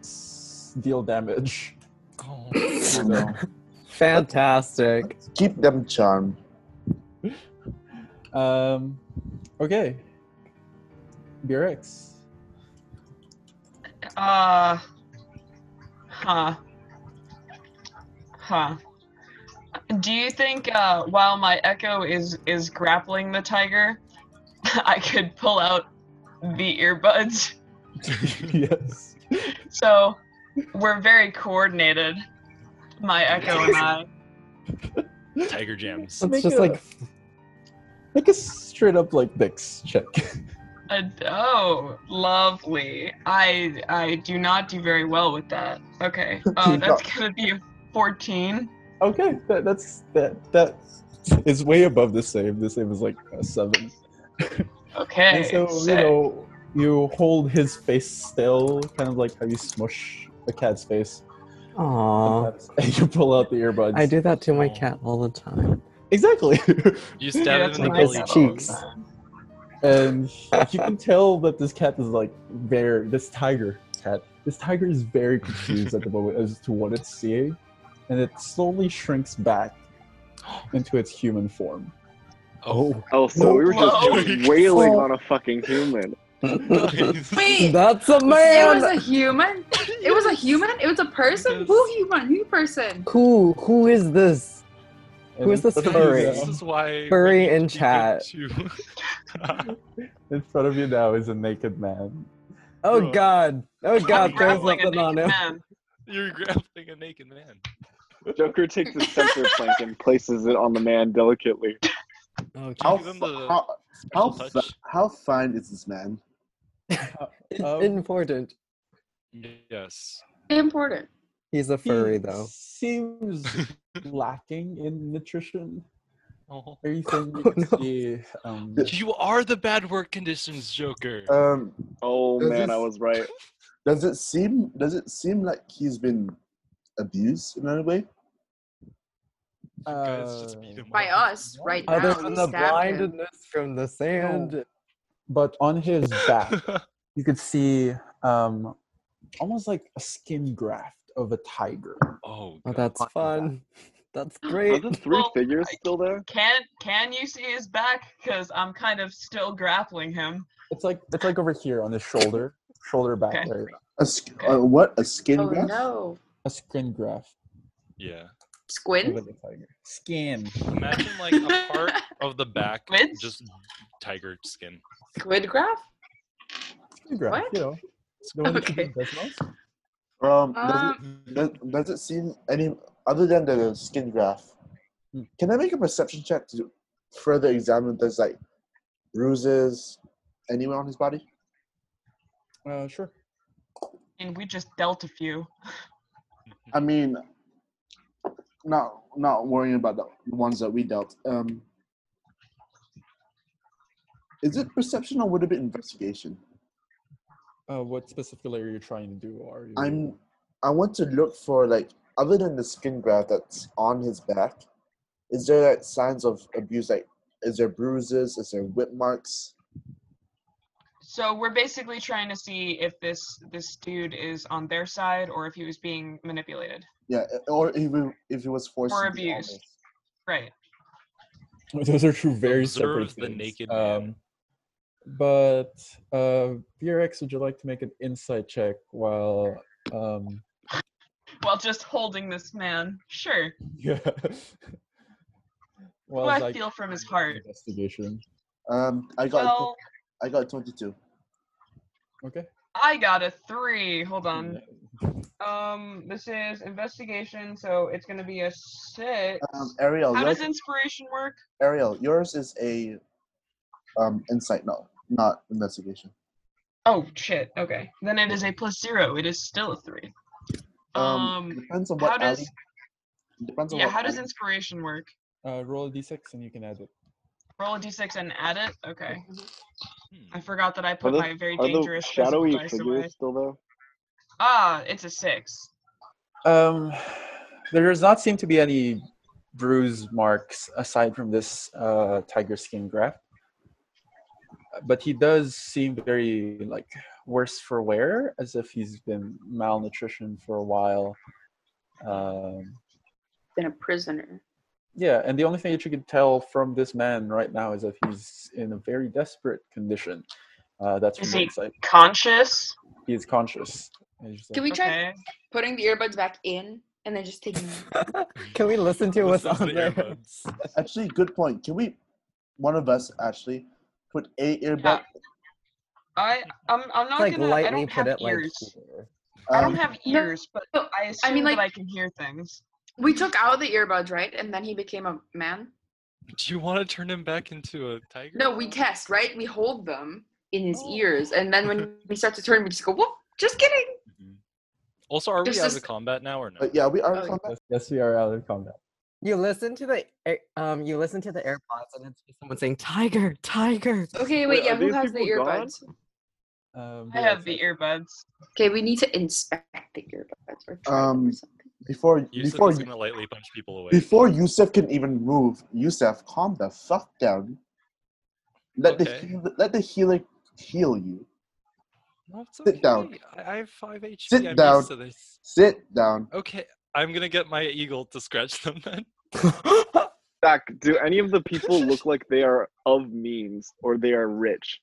E: s- deal damage
D: Oh,
A: I know.
H: fantastic.
A: Keep them charmed.
E: um okay brx
F: Uh. Huh. Huh. Do you think uh, while my echo is is grappling the tiger, I could pull out the earbuds?
E: yes
F: So we're very coordinated, my echo and I.
D: Tiger Gems.
H: It's
E: Make
H: just
E: a-
H: like
E: make a straight up like dex check
F: Uh, oh, lovely. I I do not do very well with that. Okay. Oh,
A: Do
F: that's
A: not.
F: gonna be a fourteen.
E: okay that, that's that that is way above the save the save is like a seven
F: Okay.
E: And so, you
F: sick.
E: know, you hold his face still, kind of like how you smush a cat's face.
H: aw.
E: sometimes, And you pull out the earbuds.
H: Uh-huh. I do that to my
D: Aw.
H: cat all the time.
E: Exactly.
D: You
F: Yeah,
D: stab
F: that's
D: him in
H: what
D: the
H: I
F: nice
D: belly
F: Oh, out
H: said.
F: all the
H: cheeks.
F: time.
E: and you can tell that this cat is like very, this tiger cat, this tiger is very confused at the moment as to what it's seeing. And it slowly shrinks back into its human form.
D: Oh,
C: Oh, so we were just
D: Whoa.
C: wailing
A: Oh.
C: on a fucking human.
D: nice.
G: wait.
H: That's a
G: It
H: man.
G: was a human. It was a human. It was a person.
D: Yes.
G: Who human? Who person?
H: Who? Who is this?
E: And
H: Who is this
E: in front of
H: furry?
E: you
D: This is why we
H: Furry in
D: need to
H: chat.
D: go
E: now-
D: to-
E: In front of you now is a naked man.
H: Oh
D: Bro.
H: God! Oh God!
F: I'm
H: There's
F: grappling a
H: nothing on
F: naked
H: him.
F: man.
D: You're grappling a naked man.
C: Joker takes his sensor plank and places it on the man delicately.
H: Okay.
A: How,
D: Give them
A: fi-
D: the
A: how, how,
D: Special
A: fi-
D: touch.
A: how fine is this man?
H: It's
E: Um,
H: important.
D: Yes.
G: Important.
H: He's a
E: He
H: furry though.
E: seems lacking in nutrition.
D: Oh.
E: Everything you
H: Oh,
E: can
H: no.
E: see, um,
D: You are the bad work conditions, Joker.
A: Um,
C: Oh
A: Does
C: man, I
A: this-
C: was right.
A: does it seem does it seem like he's been abused in any way?
D: You guys just beat
E: uh,
D: him
G: By
D: up.
G: us, right now.
H: Other
G: you
H: than the
G: stabbed him.
H: blindness from the sand.
E: but on his back, you could see um, almost like a skin graft of a tiger.
D: oh,
H: Oh,
D: God.
H: that's
E: on the back.
H: fun. That's
C: Are
H: great.
C: the three
F: Well,
C: figures
F: I-
C: still there?
F: Can can you see his back? Because I'm kind of still grappling him.
E: It's like it's like over here on his shoulder, shoulder back
F: Okay.
E: area,
A: A sk- uh, what a skin
G: Oh
A: graft?
G: no.
E: a skin graft
D: Yeah.
E: of
G: Squint.
E: a tiger. Skin.
D: Imagine like a part of the back,
F: Squids?
D: just tiger skin.
G: Squid graph.
E: Skin graft.
G: What?
E: You know, the one that you
G: Okay.
E: did, Desmos.
A: Um, does it,
G: Um.
A: does, does it seem any other than the skin graft?
E: Hmm.
A: Can I make a perception check to further examine if there's like bruises anywhere on his body?
E: Uh, sure.
F: And we just dealt a few.
A: I mean, not not worrying about the ones that we dealt. Um, is it perception or would it be investigation?
E: Uh, what specifically are you trying to do? Are you?
A: I'm I want to look for like other than the skin graft that's on his back, Is there like signs of abuse? Like, is there bruises? Is there whip marks?
F: So we're basically trying to see if this this dude is on their side or if he was being manipulated.
A: Yeah, or even if he was forced
F: Or
A: to be
F: abused.
A: honest.
F: Right.
E: Those are two very
D: Observe
E: separate
D: the
E: things.
D: naked man.
E: um, but uh, BRX, would you like to make an insight check while? Um,
F: While just holding this man. Sure.
E: yeah. while
F: What do I
E: Zyke
F: feel from his
E: does
F: heart?
E: Investigation.
A: Um, I got
F: Well,
A: I got twenty-two.
E: Okay.
F: I got a three. Hold on. Um, this is investigation, so it's gonna be a six.
A: Um, Ariel,
F: How
A: yours,
F: does inspiration work?
A: Ariel, yours is a um insight, no, not investigation.
F: Oh shit. Okay. Then it is a plus zero. It is still a three.
A: Um,
F: Um.
A: depends on
F: how
A: what
F: does-
A: alley. Depends on
F: Yeah.
A: what
F: How does
A: alley-
F: inspiration work?
E: Uh, roll a d6 and you can add it.
F: Roll a d6 and add it. Okay.
D: Hmm.
F: I forgot that I put
C: the-
F: my very
C: Are the
F: dangerous physical
C: shadowy
F: dice away.
C: figures still there?
F: Ah, it's a six.
E: Um, there does not seem to be any bruise marks aside from this uh, tiger skin graft, but he does seem very like worse for wear, as if he's been malnutrition for a while. Um,
G: Been a prisoner.
E: yeah, and the only thing that you can tell from this man right now is that he's in a very desperate condition. Uh, that's from
F: Is
E: the
F: he-
E: inside.
F: Conscious.
E: He is conscious. And he's just
G: Can
E: like,
G: we try
F: Okay.
G: putting the earbuds back in and then just taking them?
H: Can we listen to what's
D: Listen to
H: on
D: the
H: there?
D: earbuds.
A: Actually, good point. Can we, one of us actually, put a earbud?
F: Yeah. I I'm I'm not
H: like
F: gonna. I
H: lightly
F: don't
H: put
F: have
H: it like
F: ears.
H: here.
F: I don't
A: Um,
F: have
G: No,
F: ears, but
G: no,
F: I assume
G: mean,
F: that I
G: like-
F: can hear things.
G: We took out the earbuds, right? And then he became a man.
D: Do you want to turn him back into a tiger?
G: No, we
D: can't.
G: test, right? We hold them in his
D: Oh.
G: ears, and then when we start to turn, we just go, whoop, just kidding.
D: Mm-hmm. Also, are we
G: This
D: out
G: is-
D: of combat now or no?
A: but yeah, we are.
G: Oh,
A: combat-
E: yes, yes, we are out of combat.
H: You listen to the air- um, you listen to the AirPods, and it's just someone saying "Tiger, Tiger."
G: Okay,
C: Wait,
G: wait, yeah,
C: are
G: who
C: these
G: has the
C: people gone?
G: earbuds?
E: Um,
F: I
E: yeah,
F: have
E: it's
F: the
E: like-
F: earbuds.
G: Okay, we need to inspect the earbuds or try them
A: Um,
G: or something.
A: Before
D: Yusuf
A: before
D: is
A: you-
D: gonna lightly punch people away.
A: before Yusef can even move, Yusef, calm the fuck down. Let the
D: Okay.
A: heal- let the healer heal you.
D: No, it's
A: Sit down.
D: okay. I, I have five HP.
A: Sit
D: I'm
A: down.
D: used to this.
A: Sit down.
D: Okay, I'm gonna get my eagle to scratch them then.
C: Zach, do any of the people look like they are of means or they are rich?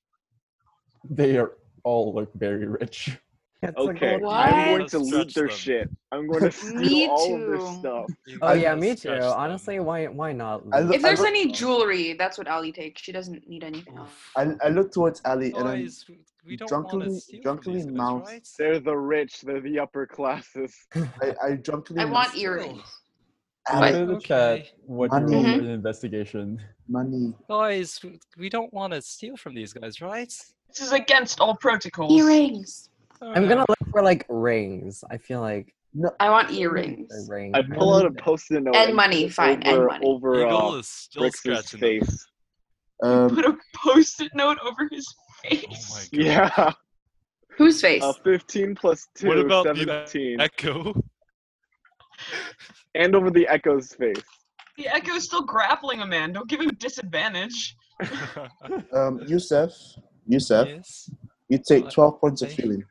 E: They are all look very rich.
H: It's a
C: Okay,
H: golden
G: What?
C: I'm
D: Eagle
C: going
D: has
C: to loot
D: scratched
C: their
D: them.
C: shit. I'm going to
G: Me
C: steal all of their
G: too.
C: stuff.
D: Eagle
H: Oh yeah,
D: has
H: me too.
D: scratched them.
H: Honestly, why why not?
A: I
H: Lou?
A: look-
G: If there's
A: look-
G: any jewelry, that's what Ali takes. She doesn't need anything else.
A: I, I look towards Ali and I'm
D: Oh, Guys, we- we don't want to
A: drunkenly-
D: steal from
A: drunkenly
D: these guys,
A: mouse-
D: right?
C: They're the rich. They're the upper classes.
A: I, I drunkenly
G: I want
A: mouse-
G: earrings.
A: Ali,
E: Enter the
D: Okay.
E: chat. What your
A: Money.
E: role for the investigation?
A: money.
D: Guys, w- we don't want to steal from these guys, right?
F: This is against all protocols.
G: Earrings.
H: I'm gonna look for like rings. I feel like
A: No,
G: I want
H: a
G: earrings.
H: ring.
C: I
H: kind
C: pull
H: of
C: out a
H: thing.
C: post-it note
G: And money,
C: put it
G: fine, and
C: Over,
G: money.
C: over
D: Eagle
C: uh,
D: is still
C: Brix's
D: scratching them.
C: face.
A: um,
F: Put a post-it note over his
D: Oh
F: face.
D: my god.
C: Yeah,
G: Whose face?
C: uh, 15 plus 2,
D: What about the
C: 17.
D: e- echo?
C: and over the Echo's face.
F: The Echo's still grappling a man. Don't give him disadvantage.
A: um, Yusef, Yusef,
D: yes.
A: you take
D: What?
A: 12 points of
D: Hey.
A: healing.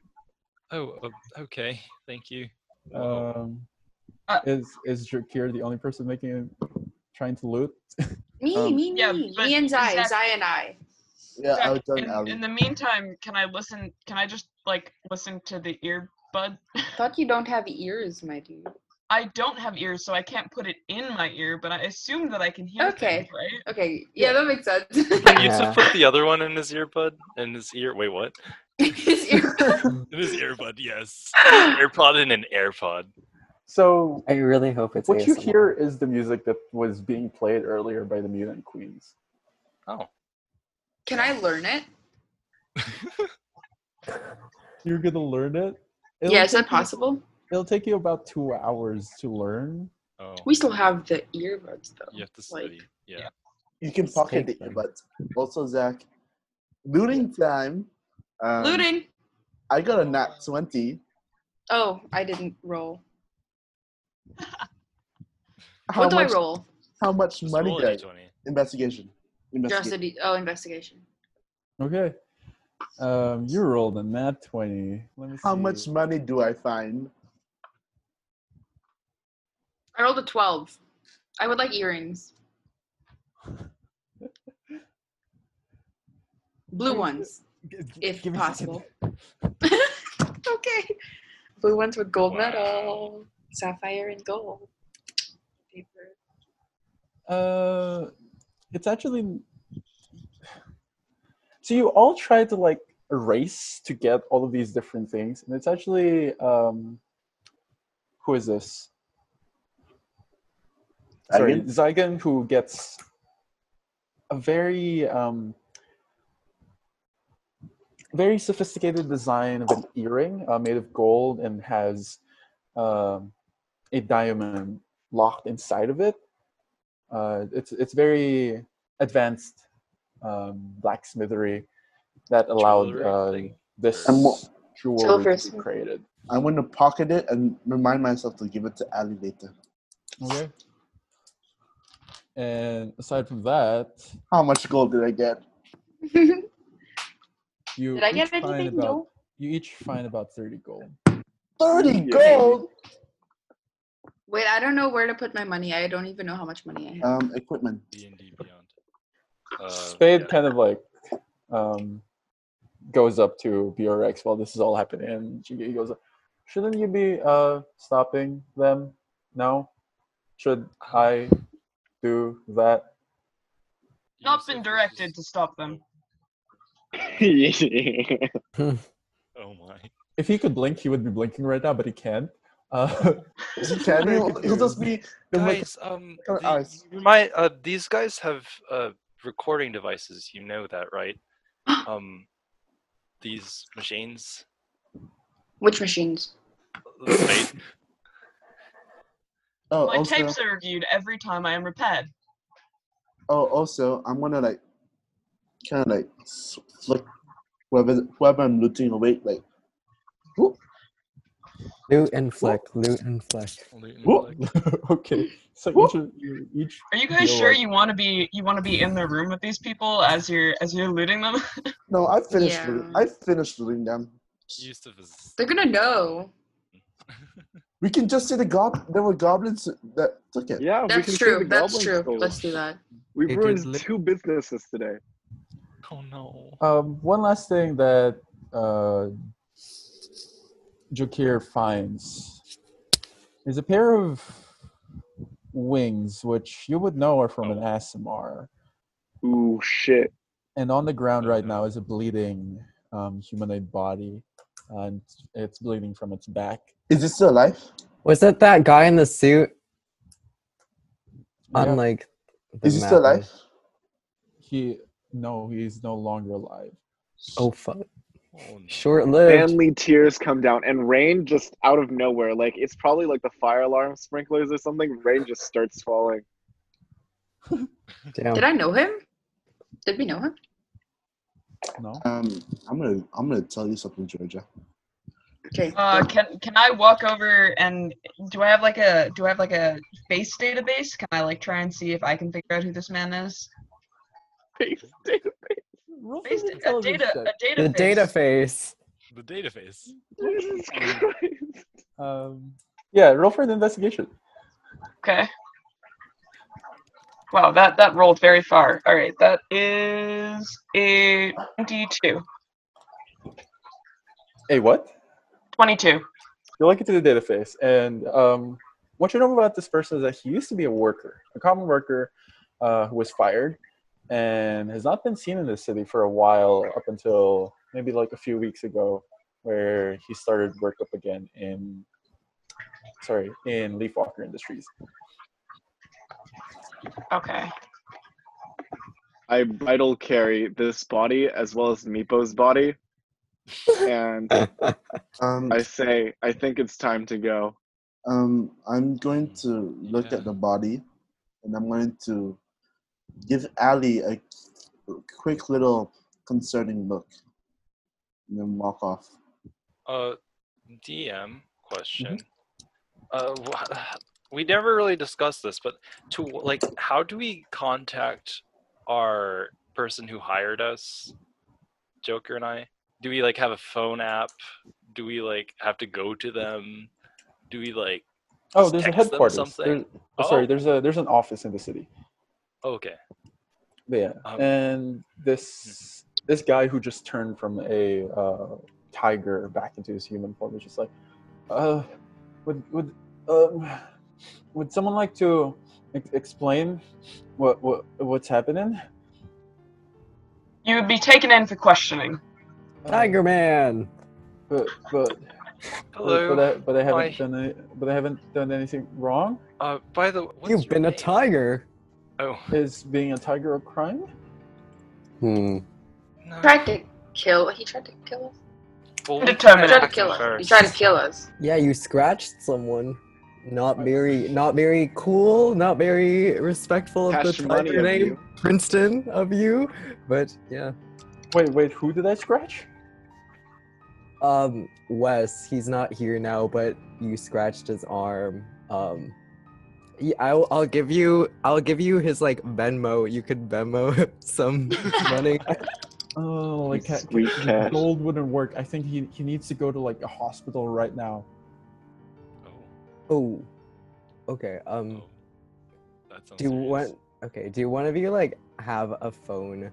D: Oh, o- okay. Thank you.
A: Uh,
D: Whoa.
E: Um,
F: Uh,
E: is is Jakir the only person making trying to loot?
G: me,
A: um,
G: me, me.
F: yeah, but
G: me and Zai.
F: Zach-
G: Zai and I.
A: Yeah,
F: Zach,
A: I'll join
F: in,
A: Ali.
F: in the meantime, can I listen? Can I just like listen to the earbud?
G: Thought you don't have ears, my dude.
F: I don't have ears, so I can't put it in my ear. But I assume that I can hear
G: Okay.
F: things, right?
G: Okay, yeah, that makes sense.
D: Wait,
H: Yeah.
D: Yusuf put the other one in his earbud? In his ear? Wait, what?
G: His ear-
D: In his earbud, yes. AirPod in an AirPod.
E: So
H: I really hope it's
E: what you
H: ASMR.
E: hear is the music that was being played earlier by the Mutant Queens.
D: Oh.
G: Can I learn it?
E: You're gonna learn it. It'll
G: Yeah, is
E: take
G: that possible?
E: You, it'll take you about two hours to learn.
D: Oh.
G: We still have the earbuds though.
D: You have to
G: like-
D: study. Yeah.
A: You can
H: Just
A: pocket the
H: take them.
A: earbuds. Also, Zach, looting time. Um,
G: Looting.
A: I got a nat 20.
G: Oh, I didn't roll.
A: How
G: what do
A: much,
G: I roll?
A: How much
D: Just
A: money
D: roll a
A: did I?
D: D20.
A: Investigation.
G: Just a
A: Investigation.
G: D- oh, investigation.
E: Okay. Um, you rolled a nat 20. Let me see.
A: How much money do I find?
G: I rolled a 12. I would like earrings. Blue ones,
E: G- g-
G: if
E: give me a second.
G: possible. okay. Blue ones with gold
D: Wow.
G: medal, sapphire and gold. Paper.
E: Uh, it's actually. So you all try to like race to get all of these different things, and it's actually um, who is this? Sorry,
A: Zygon?
E: Zygon, who gets a very um, very sophisticated design of an earring uh, made of gold and has um, a diamond locked inside of it. Uh, it's it's very advanced um, blacksmithery that allowed
D: Jewelry
E: uh,
D: thing?
E: this
A: And what-
E: jewelry to be
G: Silversmith.
E: created.
A: I'm gonna pocket it and remind myself to give it to Ali later.
E: Okay. And aside from that,
A: How much gold did I get?
G: Did
E: you
G: I
E: each
G: get
E: find
G: anything?
E: about
G: No.
E: you each find about thirty gold.
A: Thirty
C: Yeah.
A: gold.
G: Wait, I don't know where to put my money. I don't even know how much money I have.
A: Um, equipment.
D: D&D Beyond. Uh,
E: Spade
D: yeah.
E: kind of like um, goes up to BRX while this is all happening, and she he goes, "Shouldn't you be uh, stopping them now? Should I do that?"
F: Not
D: Yusuf
F: been
D: is
F: directed to
D: just-
F: stop them.
D: Oh my.
E: If he could blink, he would be blinking right now, but he can't. Uh,
A: Can
E: very
A: you? He'll just be. he'll make-
D: Guys, um,
A: Or
D: the,
A: ours.
D: remind uh, these guys have uh recording devices. You know that, right? Um, these machines.
G: Which machines?
D: Wait,
A: Oh,
F: My
A: also,
F: tapes are reviewed every time I am repaired.
A: oh, also, I'm gonna like, kind of like, s- flick whoever whoever I'm looting away. Like,
H: Loot and flick, loot and flick.
D: Loot and
A: Whoa.
D: Flick.
E: okay, so
A: Whoop.
E: each of you each
F: Are you guys
E: feel
F: sure
E: like-
F: you want to be you want to be in the room with these people as you're as you're looting them?
A: no, I finished.
G: Yeah.
A: looting- I finished looting them.
D: Yusuf is.
G: They're gonna
C: Oh,
G: know.
A: We can just say the gob. There were goblins that took it.
C: yeah, we
G: That's
C: can
G: true.
C: see the
G: That's
C: goblin
G: true.
C: skull.
G: Let's do that.
C: We
H: It is
C: ruined
H: lit-
C: two businesses today.
D: Oh no.
E: Um, one last thing that uh, Jokir finds is a pair of wings, which you would know are from an
D: Oh.
E: Asimar.
C: Ooh shit.
E: And on the ground
D: Oh,
E: right
D: no.
E: now is a bleeding um, humanoid body, and it's bleeding from its back.
A: Is it still alive?
H: Was it that guy in the suit on
E: Yeah,
H: like the
A: Is he still
H: map and-
A: alive?
E: he no, he's no longer alive.
H: Oh fuck.
D: Oh no.
H: Short lived.
C: Manly tears come down, and rain just out of nowhere. Like it's probably like the fire alarm sprinklers or something. Rain just starts falling.
H: Damn.
G: Did I know him? Did we know him?
E: No,
A: Um, I'm gonna I'm gonna tell you something, Georgia.
G: Okay.
F: Uh, can can I walk over and do I have like a do I have like a face database? Can I like try and see if I can figure out who this man is?
E: roll for
F: Face
E: an
F: da- a
E: intelligence
F: data
E: check.
F: a database.
H: The data face.
D: The database.
C: Jesus Christ.
E: Um, yeah, roll for an investigation.
F: Okay. Wow, that that rolled very far. All right, that is a 22.
E: Hey, what?
F: 22.
E: You look into the database, and um, what you know about this person is that he used to be a worker, a common worker uh, who was fired and has not been seen in the city for a while up until maybe like a few weeks ago, where he started work up again in, sorry, in Leafwalker Industries.
F: Okay.
C: I bridal carry this body as well as Meepo's body, and
A: Um,
C: I say, I think it's time to go.
A: um, I'm going
D: Mm,
A: to look
D: yeah.
A: at the body, and I'm going to give Ali a quick little concerning look, and then walk off.
H: Mm-hmm.
D: Uh, DM question. Uh, wha we never really discussed this, but to like, how do we contact our person who hired us, Joker and I? Do we like have a phone app? Do we like have to go to them? Do we like?
E: Oh,
D: Just
E: there's a
D: text them
E: headquarters.
D: something.
E: There's- oh,
D: Oh.
E: Sorry, there's a there's an office in the city.
D: Okay,
E: But yeah,
D: Um, hmm.
E: and this this guy who just turned from a uh, tiger back into his human form is just like, uh, would would um, would someone like to ex- explain what what what's happening?
F: You would be taken in for questioning.
E: Uh,
H: Tiger Man.
E: but but
D: hello.
E: but uh, I, but I haven't
D: my-
E: done any, but I haven't done anything wrong.
D: Uh, by the what's
H: You've
D: your
H: been a
D: name?
H: tiger.
D: Oh
E: Is being a tiger a crime?
H: Hmm.
D: no.
G: Tried to kill. He tried to kill us.
D: Well,
F: Tried
D: we
F: to tell
D: tried
F: me.
G: He
D: to
G: tried
D: attack
G: to kill
D: him
G: us. He
D: first.
G: tried to kill us.
H: Yeah, you scratched someone. Not very, not very cool. Not very respectful of the
C: Cash money
H: tiger
C: of
H: name,
C: you.
H: Princeton of you. But yeah,
E: Wait wait, who did I scratch?
H: um, Wes, he's not here now, but you scratched his arm. Um, yeah, I'll, I'll give you, I'll give you his like Venmo. You could Venmo him some money.
E: Oh, like ca-
C: sweet
E: ca-
C: cat.
E: gold wouldn't work. I think he he needs to go to like a hospital right now.
D: Oh,
H: Oh, okay. Um,
D: oh. That sounds
H: do
D: serious.
H: one. Okay, do one of you like have a phone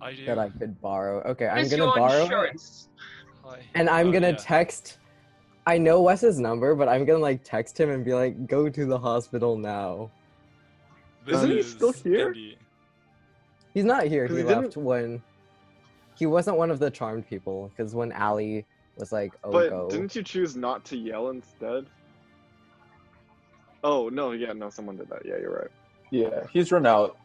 D: I do.
H: that I could borrow? Okay, I'm
F: Where's
H: gonna
F: your
H: borrow. it.
F: insurance?
D: Hi.
H: And I'm
D: Oh,
H: gonna
D: yeah.
H: text. I know Wes's number, but I'm gonna like text him and be like, "Go to the hospital now."
D: This
C: Isn't he still
D: is
C: here?
D: Indy.
H: He's not here.
C: 'Cause
H: He
C: he
H: left
C: didn't-
H: when he wasn't one of the charmed people. Because when Allie was like, "Oh,
C: but
H: go,"
C: didn't you choose not to yell instead? Oh no, yeah, no, someone did that. Yeah, you're right.
E: Yeah, he's run out.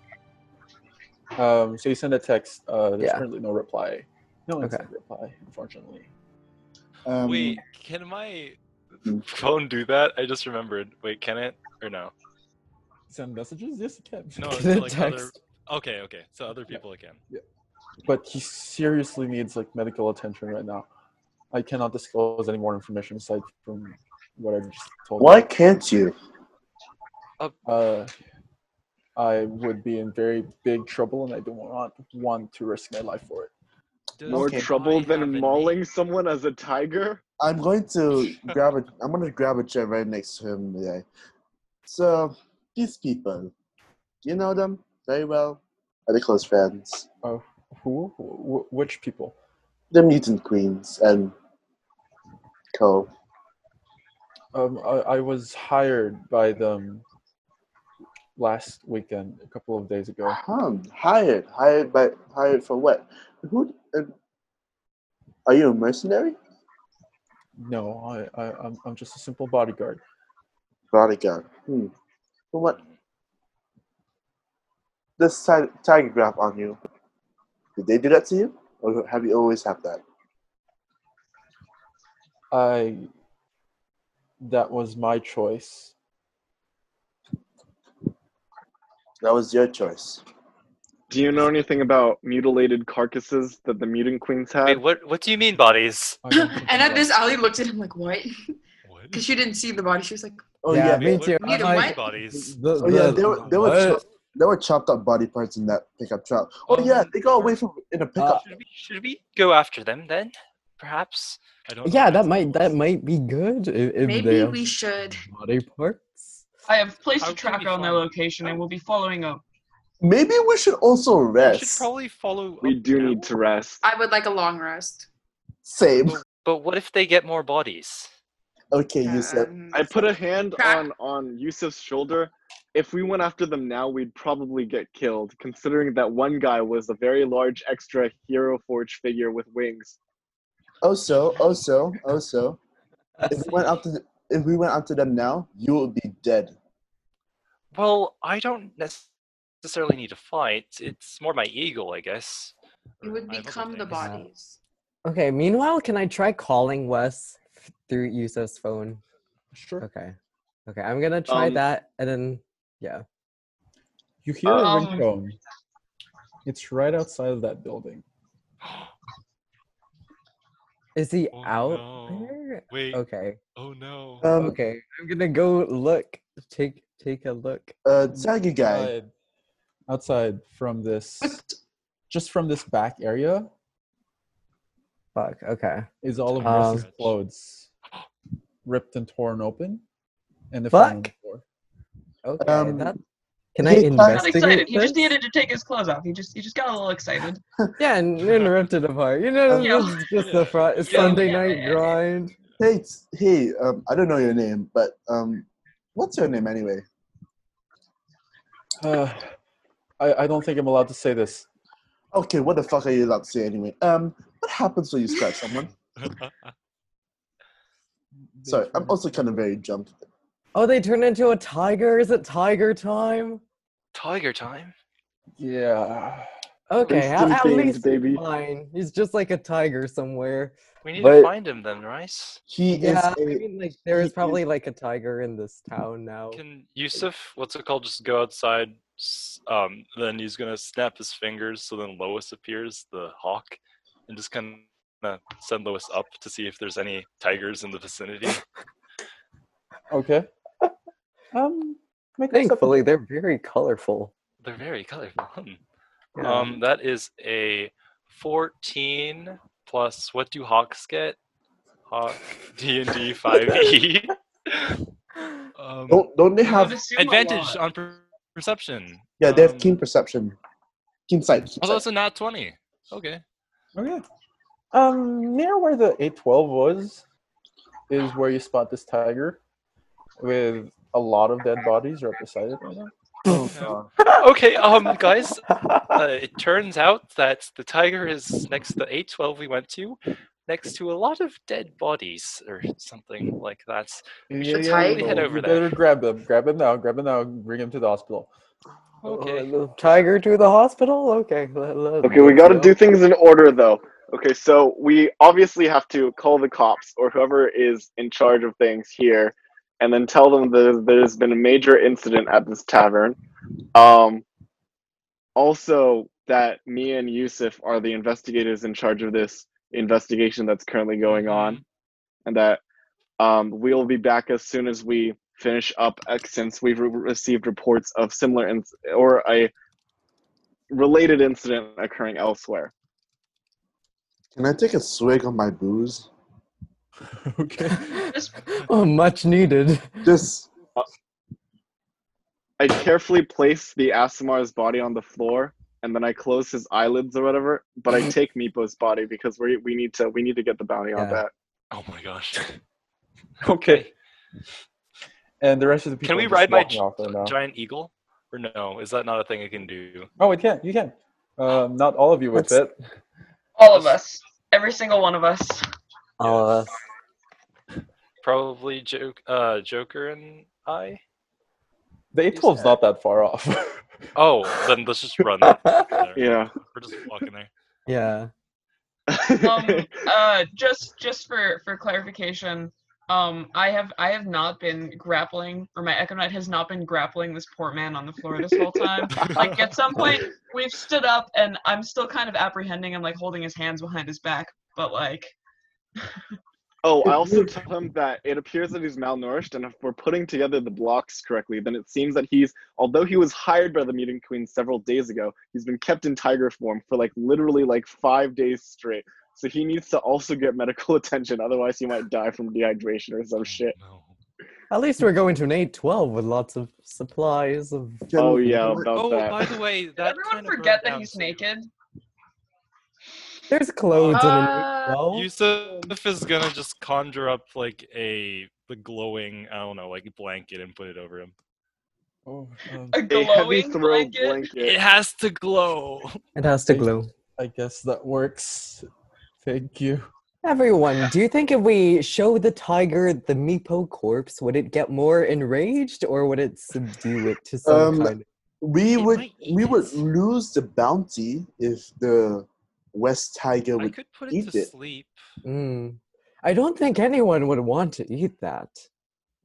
E: Um, so you send a text. Uh, there's
H: Yeah.
E: currently no reply. No
H: Okay.
E: instant reply, unfortunately.
A: Um,
D: Wait, can my phone do that? I just remembered. Wait, can it or no?
E: Send messages. Yes, you can.
D: No,
H: Can
D: to
H: it
D: like
H: text?
D: other. Okay, okay. So other people again.
E: But he seriously needs like medical attention right now. I cannot disclose any more information aside from what I just told.
A: why
E: you.
A: can't you?
E: Uh, I would be in very big trouble, and I don't want want to risk my life for it.
D: Does
C: More
A: Okay.
C: trouble
D: I have
C: than
D: a
C: mauling
D: name?
C: someone as a tiger?
A: I'm going to grab a. I'm going to grab a chair right next to him. Yeah. So these people, you know them very well. Are they close friends?
E: Who? Wh- which people?
A: The mutant queens and co.
E: Um, I, I was hired by them last weekend, a couple of days ago.
A: Um, hired, hired by, hired for what? Who? Uh, are you a mercenary?
E: No, I, I, I'm, I'm just a simple bodyguard.
A: Bodyguard. Hmm. For what? This ti- tiger graph on you. Did they do that to you, or have you always had that?
E: I. That was my choice.
A: That was your choice.
C: Do you know anything about mutilated carcasses that the mutant queens
D: Wait,
C: had?
D: what? What do you mean bodies?
E: I don't think
G: and
E: you
G: at
E: are.
G: this, Ali looked at him like, "What?"
D: What?
G: Because she didn't see the body. She was like,
A: Oh
H: Yeah,
A: yeah,
H: me
A: they-
D: What-
H: too.
D: what
H: I'm
G: do
D: do
G: you
H: like,
G: mean
D: bodies?
H: the,
A: oh yeah,
H: the-
A: they were they were
H: what?
A: chopped, they were chopped up body parts in that pickup truck. Oh yeah,
D: Um,
A: they got away
D: or-
A: from in a pickup.
H: Uh,
D: Should we should we go after them then? Perhaps. I don't. know
H: yeah,
D: the
H: that
D: answer to
H: might that
D: this.
H: might be good if, if they
G: "Maybe
H: have
G: we should."
H: body parts.
F: I have placed
D: How
F: a
D: can we
F: tracker on their
D: find-
F: location and will be following up.
A: Maybe we should also
D: We should
A: rest.
D: probably follow.
C: We
D: up
C: do
D: now.
C: need to rest.
G: I would like a long rest.
A: Same.
D: But, but what if they get more bodies?
A: Okay, you said.
G: Um,
C: I put a hand
G: Crack.
C: on on Yusuf's shoulder. If we went after them now, we'd probably get killed, considering that one guy was a very large extra hero forge figure with wings.
A: Also, also, also. oh, If we went after, the- if we went after them now, you will be dead.
D: Well, I don't necessarily need to fight. It's more my ego, I guess.
G: It
D: Or
G: would
D: I have other
G: become the
D: things.
H: body.
G: bodies.
H: Okay. Meanwhile, can I try calling Wes through Yusuf's phone?
E: Sure.
H: Okay. Okay, I'm gonna try
C: Um,
H: that and then yeah.
E: You hear a
F: Um,
E: ringtone. It's right outside of that building.
H: Is he
D: Oh,
H: out
D: no.
H: there?
D: Wait.
H: Okay.
D: Oh no.
A: Um,
H: Okay. I'm gonna go look. Take take a look.
A: Uh, Zaggy guy.
E: outside, outside from this,
G: What?
E: just from this back area,
H: Fuck. Okay.
E: is all of
H: Um,
E: Mercy's clothes ripped and torn open, and the phone on the
H: Fuck.
E: floor.
H: Okay.
A: Um,
H: that, can
A: he
H: I
A: got-
F: Not
H: investigate?
F: excited. He just
H: this?
F: needed to take his clothes off. He just he just got a little excited.
H: Yeah, and interrupted him part. You know,
F: Yeah.
H: this is just the
D: Yeah.
H: fri-
D: Yeah.
H: Sunday
F: Yeah,
H: night
F: yeah, yeah.
H: grind.
A: Hey, it's- hey. Um, I don't know your name, but um, what's your name anyway?
E: Uh, I, I don't think I'm allowed to say this.
A: Okay, what the fuck are you allowed to say anyway? Um, what happens when you scratch someone? Sorry, I'm also kind of very jumped.
H: Oh, they turn into a tiger. Is it tiger time?
D: Tiger time.
E: Yeah.
H: Okay, at,
C: Instant
H: at
C: beans,
H: least
C: baby.
H: mine. He's just like a tiger somewhere.
D: We need
A: But-
D: to find him then, Rice.
A: He
H: Yeah, I
A: is a
H: mean, like there
A: he
H: is
A: is-
H: probably like a tiger in this town now.
D: Can Yusuf, what's it called, just go outside? s- Um, then he's gonna snap his fingers, so then Lois appears, the hawk, and just kind of send Lois up to see if there's any tigers in the vicinity.
E: Okay. Um. Make a perception
H: Thankfully, they're very colorful.
D: They're very colorful. Hmm.
H: Yeah.
D: Um, that is a 14 plus. What do hawks get? Hawk D and D 5e. um,
A: don't don't they
F: I would
A: have?
F: assume a
D: advantage
F: lot.
D: on per- perception.
A: Yeah, they have
D: Um,
A: keen perception, keen sight. keen
D: Although
A: sight.
D: it's a not 20. Okay.
E: Okay. Um, near where the A12 was is where you spot this tiger with a lot of dead bodies right beside it right now.
A: Oh,
D: No. Okay, um, guys, uh, it turns out that the tiger is next to the A12 we went to, next to a lot of dead bodies or something like that. We should probably
E: no,
D: head over
E: you
D: there.
E: better grab them. Grab him now. Grab him now. Bring him to the hospital.
D: Okay.
H: Oh, the tiger to the hospital. Okay. let- let-
C: Okay, we
H: let's
C: gotta
H: go.
C: do things in order though. Okay, so we obviously have to call the cops or whoever is in charge of things here, and then tell them that there's been a major incident at this tavern. Um, also, that me and Yusuf are the investigators in charge of this investigation that's currently going on, and that um, we'll be back as soon as we finish up uh, since we've re- received reports of similar inc- or a related incident occurring elsewhere.
A: Can I take a swig of my booze?
E: okay.
H: oh, much needed.
A: Just
C: I carefully place the Asimar's body on the floor, and then I close his eyelids or whatever. But I take Meepo's body because we we need to we need to get the bounty on
H: Yeah.
C: that.
D: Oh my gosh.
E: Okay. And the rest of the people
D: Can we
E: are just
D: ride my
E: walking off right now.
D: giant eagle? Or no? Is that not a thing I can do?
E: oh, it can. You can. Um, not all of you with
H: Let's-
E: it.
F: All of us. Every single one of us.
H: All of us.
D: Probably joke, uh, Joker and I.
E: The A12's not that far off.
D: Oh, then let's just run. there.
C: Yeah.
D: We're just walking there.
H: Yeah.
F: Um uh just just for for clarification, um I have I have not been grappling or my Echo Knight has not been grappling this poor man on the floor this whole time. like at some point we've stood up and I'm still kind of apprehending him like holding his hands behind his back, but like
C: oh, I also tell him that it appears that he's malnourished, and if we're putting together the blocks correctly, then it seems that he's, although he was hired by the Mutant Queen several days ago, he's been kept in tiger form for like literally like five days straight. So he needs to also get medical attention, otherwise he might die from dehydration or some Oh, shit.
D: No.
H: At least we're going to an 812 with lots of supplies of.
A: can,
C: oh yeah,
A: can I-
C: about
D: Oh,
C: that.
D: by the way,
F: did
D: that
F: everyone
D: kind of burned
F: forget that
D: down
F: he's
D: too.
F: naked?
H: There's clothes in an
G: Uh,
A: Oh.
H: 812.
D: Yusuf is gonna just conjure up like a the glowing I don't know like blanket and put it over him.
E: oh, um,
F: A
C: a heavy
F: glowing
C: throw
F: blanket?
C: blanket.
D: It has to glow.
H: It has to
E: Hey.
H: glue.
E: I guess that works. Thank you.
H: Everyone, do you think if we show the tiger the Meepo corpse, would it get more enraged or would it subdue it to some
A: Um,
H: kind?
A: we
D: It
A: would
D: might eat
A: we would
D: it.
A: lose the bounty if the West Tiger
D: I
A: would
D: could put it
A: eat
D: to
A: it.
D: sleep.
H: Mm. I don't think anyone would want to eat that.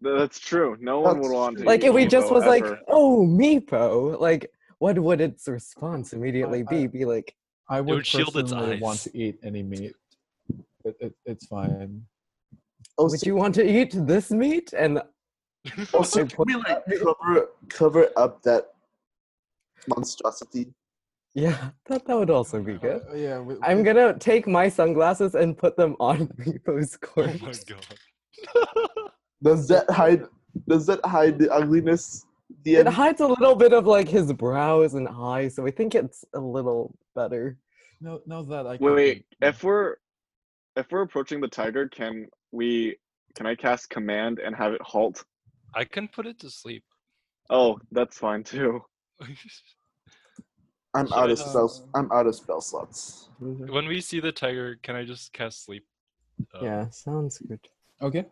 C: Th- That's true. No one would
A: That's
C: want to
A: true.
H: Like
C: eat
H: if we just
C: Meepo
H: was like,
C: ever.
H: "Oh, Meepo," like what would its response immediately be?
E: I-
H: Be like,
E: I
D: would
E: would
D: shield its
E: personally want
D: eyes.
E: to eat any meat. It, it, it's fine.
A: Oh,
H: "Would
A: so-
H: you want to eat this meat?" And
A: Also, can we like cover cover up that monstrosity?
H: Yeah, that, that would also be good.
E: Uh, yeah. we-
H: I'm
E: we-
H: gonna take my sunglasses and put them on Repo's
D: Oh
H: corpse.
D: my god.
A: Does that hide? Does that hide the ugliness? The
H: It
A: end.
H: hides a little bit of like his brows and eyes, so I think it's a little better.
E: No, no, that I.
C: Wait, wait.
E: couldn't-
C: If we're if we're approaching the tiger, can we can I cast command and have it halt?
D: I can put it to sleep.
C: Oh, that's fine too.
A: I'm
D: Should
A: out
D: I
A: of
D: just-
A: spells. I'm out of spell slots.
D: when we see the tiger, can I just cast sleep? Uh,
H: Yeah, sounds good.
E: Okay.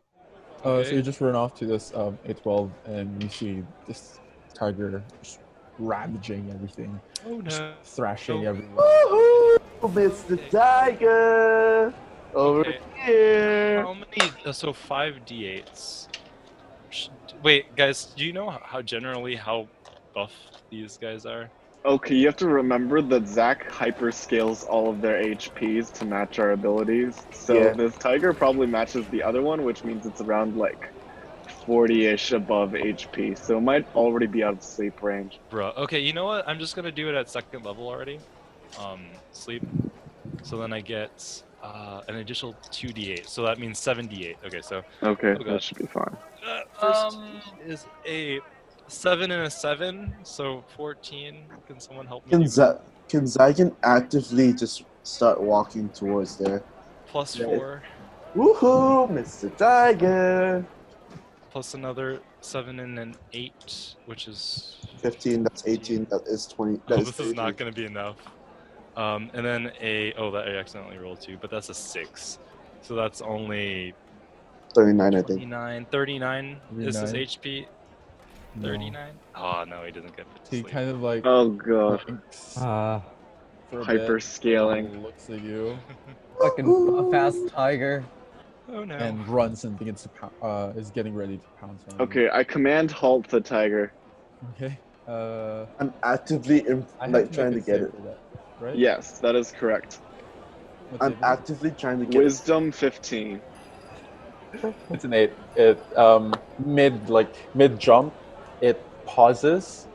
E: Uh, So
D: Okay.
E: you just run off to this um, A12 and you see this tiger just ravaging everything,
D: Oh
E: just
D: no.
E: thrashing
D: No.
E: everyone.
A: Woohoo! It's the tiger over
D: Okay.
A: here.
D: How many? uh, So five d8s. Sh- Wait, guys, do you know h- how generally how buff these guys are?
C: Okay, you have to remember that Zach hyperscales all of their HPs to match our abilities. So
A: Yeah.
C: this tiger probably matches the other one, which means it's around like 40-ish above HP. So it might already be out of sleep range.
D: Bruh. Okay, you know what? I'm just gonna do it at second level already. Um, sleep. So then I get uh, an additional two d8. So that means seven d8. Okay, so
C: Okay,
D: Oh, God.
C: that should be fine.
D: uh, first
F: Um,
D: is a seven and a seven, so fourteen. Can someone help me?
A: Can
D: do
A: Z- can Zygon actively just start walking towards there?
D: Plus
A: Yeah.
D: four,
A: Woohoo, Mr. Tiger!
D: plus another seven and an eight, which is
A: 15, that's 18, that is 20. That
D: Oh,
A: is
D: this is
A: 30.
D: not going to be enough. Um, and then a oh that I accidentally rolled two, but that's a six, so that's only
A: 39, I think.
D: 29, 39. Is his
E: 39.
D: HP
E: No.
D: 39? Oh no, he doesn't get put to
E: He
D: sleep.
E: kind of like
C: Oh god.
E: blinks
H: Ah,
E: for a bit, Um,
C: Hyperscaling.
E: and looks at you
H: fucking fast tiger.
D: Oh no.
E: and runs and thinks it's pou- uh, is getting ready to pounce on. you.
C: Okay, I command halt the tiger.
E: Okay. Uh,
A: I'm actively im-
E: I have
A: like
E: make
A: trying
E: a
A: to get
E: save
A: it.
E: for that, right?
C: Yes, that is correct.
E: What
A: I'm
E: save is it?
A: actively trying to get it.
C: Wisdom 15.
E: It's an eight. It um mid like mid jump, it pauses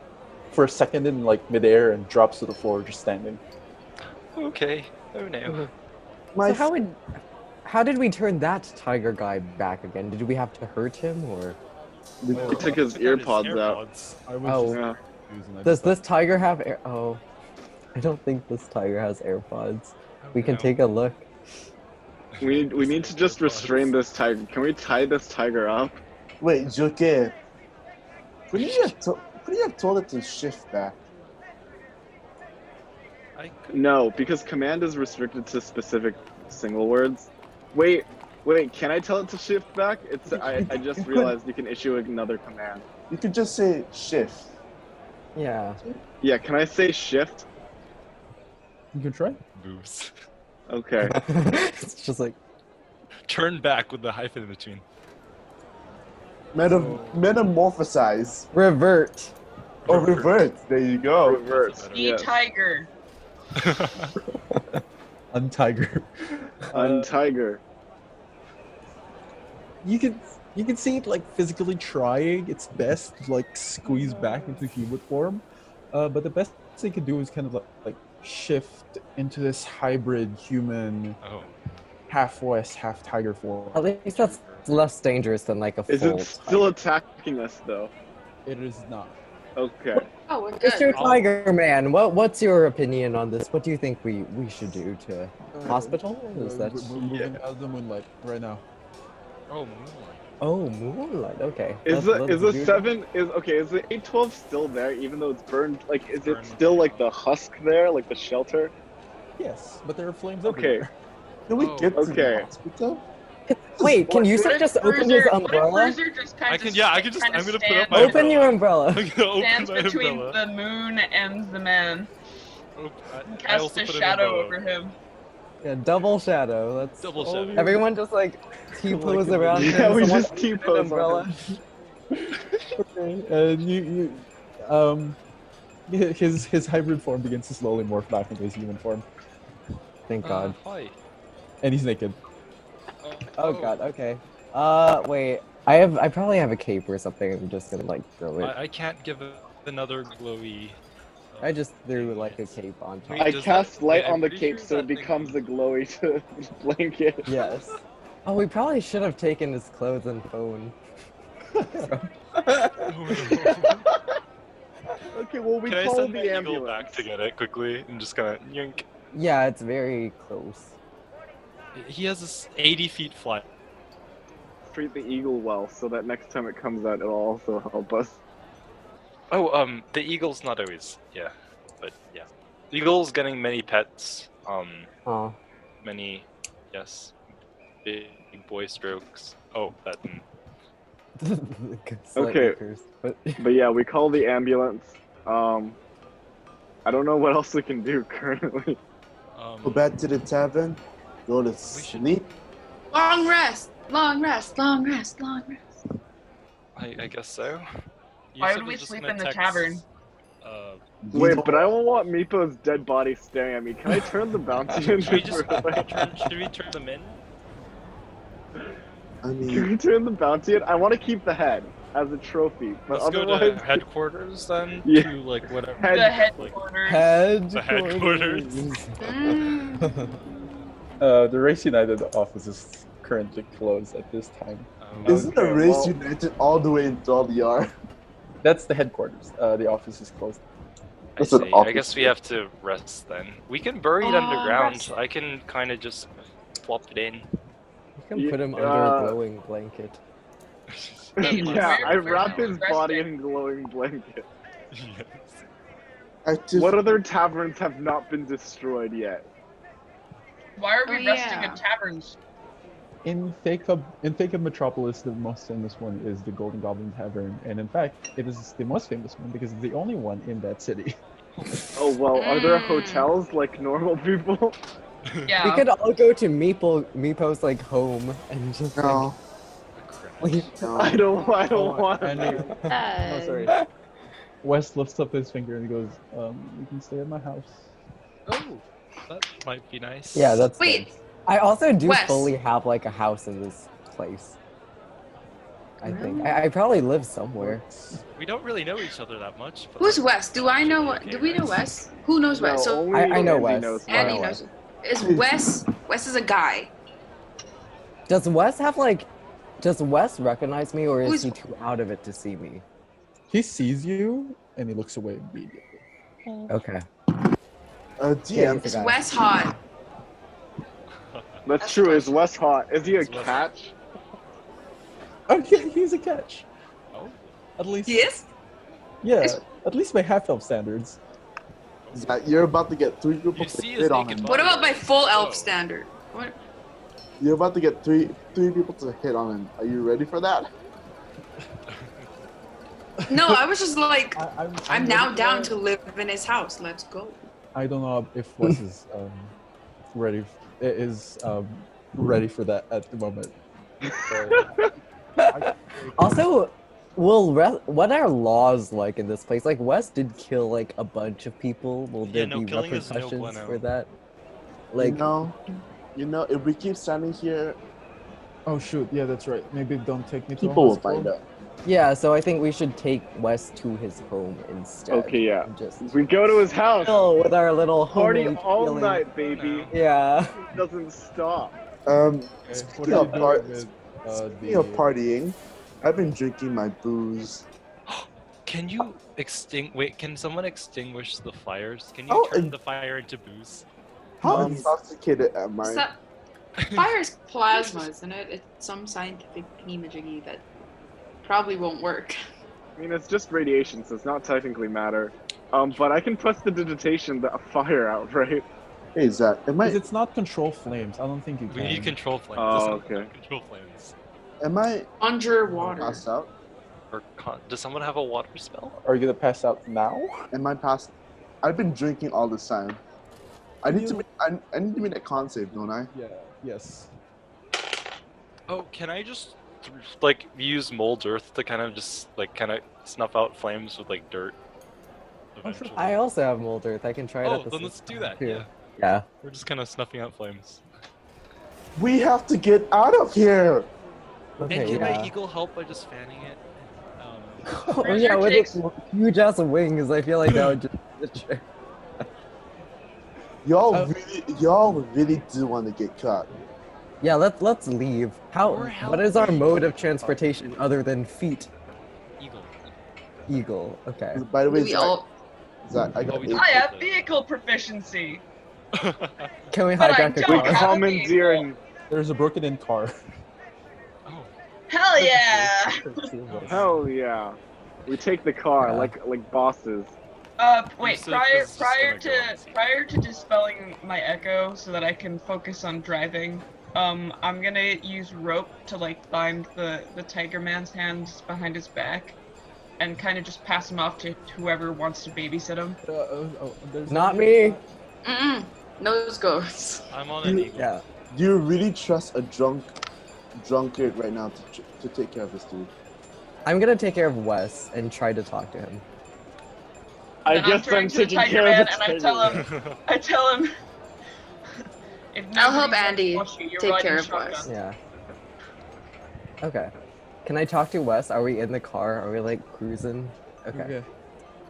E: for a second in like midair and drops to the floor, just standing.
D: Okay. Oh no.
A: My
H: so how would how did we turn that tiger guy back again? Did we have to hurt him or
E: Oh.
A: f-
C: He took his ear pods out.
E: I was
H: Oh.
E: just
C: Yeah.
E: confused and I
H: does
E: just thought-
H: this tiger have air? Oh, I don't think this tiger has AirPods. We can take a look.
C: We need we need to just restrain this tiger. Can we tie this tiger up?
A: Wait, Joker. Couldn't you have, to- couldn't you have told it to shift back?
D: I could.
C: No, because command is restricted to specific single words. Wait, wait, can I tell it to shift back? It's I, I just realized you can issue another command.
A: You could just say shift.
H: Yeah.
C: Yeah, can I say shift?
E: you can try.
D: Boobs.
C: Okay.
H: it's just like
D: Turn back with the hyphen in between.
A: Meta-
C: Oh.
A: metamorphosize.
H: revert.
A: Or revert. There you go.
C: Reverse.
F: the
C: Yes.
F: tiger.
E: Untiger.
C: Untiger.
E: You can you can see it like physically trying its best to like squeeze back into human form, uh, but the best they can do is kind of like, like shift into this hybrid human
D: Oh.
E: half west half tiger form.
H: At least that's less dangerous than like a full.
C: Is it still
H: tiger.
C: attacking us though?
E: It is not.
C: Okay.
G: Oh, we're
H: Mr.
G: good.
D: I'll-
H: Tiger Man, what what's your opinion on this? What do you think we, we should do to
E: Uh,
H: hospital? Is
E: We're,
H: that
E: we're moving out of the moonlight right now.
D: Oh moonlight.
H: oh moonlight? Okay.
C: Is
H: Let's-
C: the
H: let's
C: is the
H: do that.
C: seven is okay? Is the eight twelve still there even though it's burned? Like, is it
D: Burned
C: still like
D: down.
C: the husk there, like the shelter?
E: Yes, but there are flames
C: Okay.
E: everywhere.
A: Can we
D: Oh,
A: get to
C: okay.
A: the hospital?
H: Wait, can you
F: What
H: say
F: if
H: just open his
F: Bruiser- what if
H: umbrella?
F: Bruiser just kinda
D: I can- yeah, I can just-
F: kinda
D: I'm gonna put up
F: stands-
D: my
H: Open your umbrella.
D: I'm gonna open
F: stands
D: Oh, my
F: between
D: umbrella.
F: the moon and the man.
D: Oop, I- I
F: Casts
D: also
F: a
D: put an
F: shadow
D: umbrella
F: over him.
H: Yeah, double shadow. That's
D: Double
E: Oh,
D: shadow.
E: yeah.
H: everyone just like T pose
E: Like,
H: around him.
C: Yeah, we
H: someone
C: just
H: open an
C: T-pose on
H: umbrella.
E: Okay, and uh, you, you, um, hi- his his hybrid form begins to slowly morph back into his human form,
H: Thank God.
D: Uh, hi.
E: and he's naked.
D: Oh,
H: Oh God. Okay. Uh, wait. I have. I probably have a cape or something. I'm just gonna like throw it.
D: I, I can't give a, another glowy. uh,
H: I just threw like a cape on top.
D: Wait,
C: I
D: does
C: cast
D: that-
C: light
D: wait, I'm
C: on the
D: pretty
C: cape
D: sure
C: so it
D: that thing-
C: becomes a glowy to blanket.
H: Yes. Oh, we probably should have taken his clothes and phone.
C: Okay, well we
D: Can I
C: call
D: send the
C: the
D: eagle back
C: ambulance.
D: to get it quickly? I'm just gonna yoink.
H: Yeah, it's very close.
D: He has this 80 feet flight.
C: Treat the eagle well so that next time it comes out it'll also help us.
D: Oh, um, the eagle's not always, yeah, but yeah, the eagle's getting many pets. Um,
H: Oh,
D: many, yes, big boy strokes. Oh, that. mm.
C: Okay.
H: But
C: But yeah, we call the ambulance. Um I don't know what else we can do currently.
A: Go
D: Um,
A: back to the tavern, go to sleep.
G: Long rest, long rest, long rest, long rest.
D: I, I guess so. You
F: Why
D: said
F: would
D: we're
F: we
D: just
F: sleep
D: gonna
F: in the
D: text,
F: tavern?
D: Uh,
A: You
C: Wait,
A: don't-
C: but I don't want Meepo's dead body staring at me. Can I turn the bounty into
D: should we just
C: for, like-
D: turn, should we turn them in?
A: I
C: Can
A: mean,
C: we turn the bounty in? I want to keep the head as a trophy, but
D: Let's go
C: otherwise,
D: to headquarters then.
C: Yeah.
D: To like whatever.
C: Head-
F: The
D: like,
F: headquarters.
H: headquarters.
D: The headquarters.
G: Mm.
E: Uh, the Race United office is currently closed at this time.
D: um,
C: Is-
A: isn't the
C: okay,
A: race
C: well-
A: united all the way in Doliar?
E: That's the headquarters. Uh, the office is closed.
D: I,
A: That's an
D: see. I
A: awful
D: guess we
A: thing.
D: have to rest then. We can bury it
G: Oh,
D: underground.
G: rest.
D: I can kind of just flop it in.
H: You can
C: You-
H: put him
C: uh,
H: under a glowing blanket.
C: yeah, I
F: Where-
C: wrap
F: where-
C: his
F: where's
C: body
F: that?
C: in glowing blanket.
A: I just,
C: What other taverns have not been destroyed yet?
F: Why are
G: Oh,
F: we resting
G: yeah.
F: in taverns?
E: In Thaka, in Thaka Metropolis, the most famous one is the Golden Goblin Tavern, and in fact, it is the most famous one because it's the only one in that city.
C: Oh well, are there
G: Mm.
C: hotels like normal people?
F: Yeah.
H: We could all go to Meeple, Meepo's like home and just
A: no,
H: like. leave-
C: I
A: no.
C: don't. I don't
E: Oh,
C: want.
E: and he-
C: that.
H: oh,
G: Uh,
H: sorry.
E: Wes lifts up his finger and he goes, um, "You can stay at my house."
D: Oh, that might be nice.
H: Yeah, that's.
G: Wait.
H: good. I also do
G: Wes.
H: fully have like a house in this place. I think I, I probably live somewhere.
D: We don't really know each other that much. But
G: Who's
D: like,
G: Wes? Do I know what? Do we know Wes? Who knows
C: No,
G: Wes? So
C: only
H: I- I know
C: Andy
H: Wes.
C: knows
H: I
G: Andy
H: know
G: knows. Is Wes? Wes is a guy.
H: Does Wes have like? Does Wes recognize me, or is
G: Who's-
H: he too out of it to see me?
E: He sees you and he looks away immediately.
H: Okay.
A: Uh,
H: Yeah,
A: DM,
H: he's
G: Is
H: a guy.
G: Wes hot?
C: That's true. Is Wes hot? Is he a
D: Is Wes-
C: catch?
E: Oh yeah, he's a catch.
D: Oh.
E: At least,
G: He is.
E: yeah,
G: Is-
E: at least by half elf standards.
A: Zach, you're about to get three group
D: You
A: of
D: see
A: to
D: his
A: hit on
D: naked
A: him.
D: body.
G: What about my full elf
D: Oh.
G: standard? What?
A: You're about to get three three people to hit on him. Are you ready for that?
G: No, I was just like,
E: I, I'm,
G: I'm
E: I'm
G: now
E: ready
G: down
E: for
G: to live in his house. Let's go.
E: I don't know if Wes is um, ready f- i- is um, ready for that at the moment. So, I-
H: Also, will re- what are laws like in this place? Like Wes did kill like a bunch of people. Will
D: Yeah,
H: there
D: no,
H: be
D: killing is no
H: repercussions
D: bueno.
H: for that?
A: Like, you
H: Like
A: know, you know, if we keep standing here,
E: oh shoot, yeah, that's right. Maybe don't take me to a
A: people will
E: hospital.
A: find out.
H: yeah, so I think we should take Wes to his home instead.
C: Okay, yeah.
H: And Just
C: We go to his house.
H: chill with our little
C: Party
H: homely
C: all
H: feeling.
C: night, baby.
H: Yeah.
C: It doesn't stop.
A: Um,
E: Okay, What
A: Speaking
E: are you
A: of
E: doing
A: part-
E: with uh,
A: speaking
E: the
A: of partying, I've been drinking my booze.
D: Can you extinguish? Wait, can someone extinguish the fires? Can you
A: Oh,
D: turn
A: and-
D: the fire into booze?
A: How
H: Um,
A: intoxicated am I?
G: Is that- Fire is plasma, isn't it? It's some scientific thingy that probably won't work.
C: I mean, it's just radiation, so it's not technically matter. Um, but I can press the digitation the fire out, right?
A: hey Zach, am
E: because
A: I
E: it's not control flames. I don't think you can.
D: We need control flames.
C: Oh,
D: Does someone have
C: okay.
D: Control flames.
A: am I
G: Under water.
A: passed out?
D: Or con- does someone have a water spell?
E: Are you gonna pass out now?
A: Am I passed? I've been drinking all this time. I need to.
E: You-
A: Make, I, I need to make that con save, don't I?
E: Yeah. Yes.
D: Oh, can I just th- like use mold earth to kind of just like kind of snuff out flames with like dirt? Eventually.
H: I also have mold earth. I can try it
D: oh,
H: at the
D: then
H: same
D: let's do
H: time,
D: that.
H: too.
D: Yeah,
H: Yeah.
D: we're just kind of snuffing out flames.
A: We have to get out of here.
D: and
H: Okay,
D: can
H: yeah.
D: my eagle help by just fanning it? Um,
H: Oh,
F: Where's
H: yeah,
F: your
H: with
F: chicks?
H: its huge ass wings, I feel like that would just.
A: Y'all
E: Oh.
A: really, y'all really do want to get caught.
H: Yeah, let's let's leave. How?
D: Or
H: What is our
D: help.
H: mode of transportation other than feet?
D: eagle.
H: Eagle. Okay.
A: By the way,
G: We
A: Zach,
G: all
A: Zach, I got
D: Oh, we
A: eight.
D: don't.
F: I have vehicle proficiency.
D: Oh,
H: Can we
F: But I
H: hijack a
F: don't
C: We
H: car?
F: have-
C: commandeer and
E: There's a broken-in car.
D: oh,
F: Hell yeah!
C: hell yeah, we take the car
E: Yeah.
C: like like bosses.
F: Uh, wait.
D: said
F: Prior,
D: this is
F: prior
D: gonna go
F: to
D: on scene.
F: prior to dispelling my echo, so that I can focus on driving, um, I'm gonna use rope to like bind the the tiger man's hands behind his back, and kind of just pass him off to whoever wants to babysit him.
E: Uh, oh, oh, there's
H: Not me.
G: mm-mm, nose goes.
D: I'm on an
A: You-
D: eagle.
H: Yeah.
A: Do you really trust a drunk, drunkard right now to, tr- to take care of this dude?
H: I'm gonna take care of Wes and try to talk to him.
C: I
F: Then I'm
C: guess
F: turning
C: I'm
F: to the
C: taking
F: Tiger
C: care
F: Man
C: of the
F: and I tell
C: tiger.
F: him- I tell him. if
G: I'll help
F: nobody
G: Andy
F: wants you, you're
G: take
F: riding
G: care of
F: shotgun.
G: us.
H: Yeah. Okay. Can I talk to Wes? Are we in the car? Are we like cruising? Okay.
E: Okay.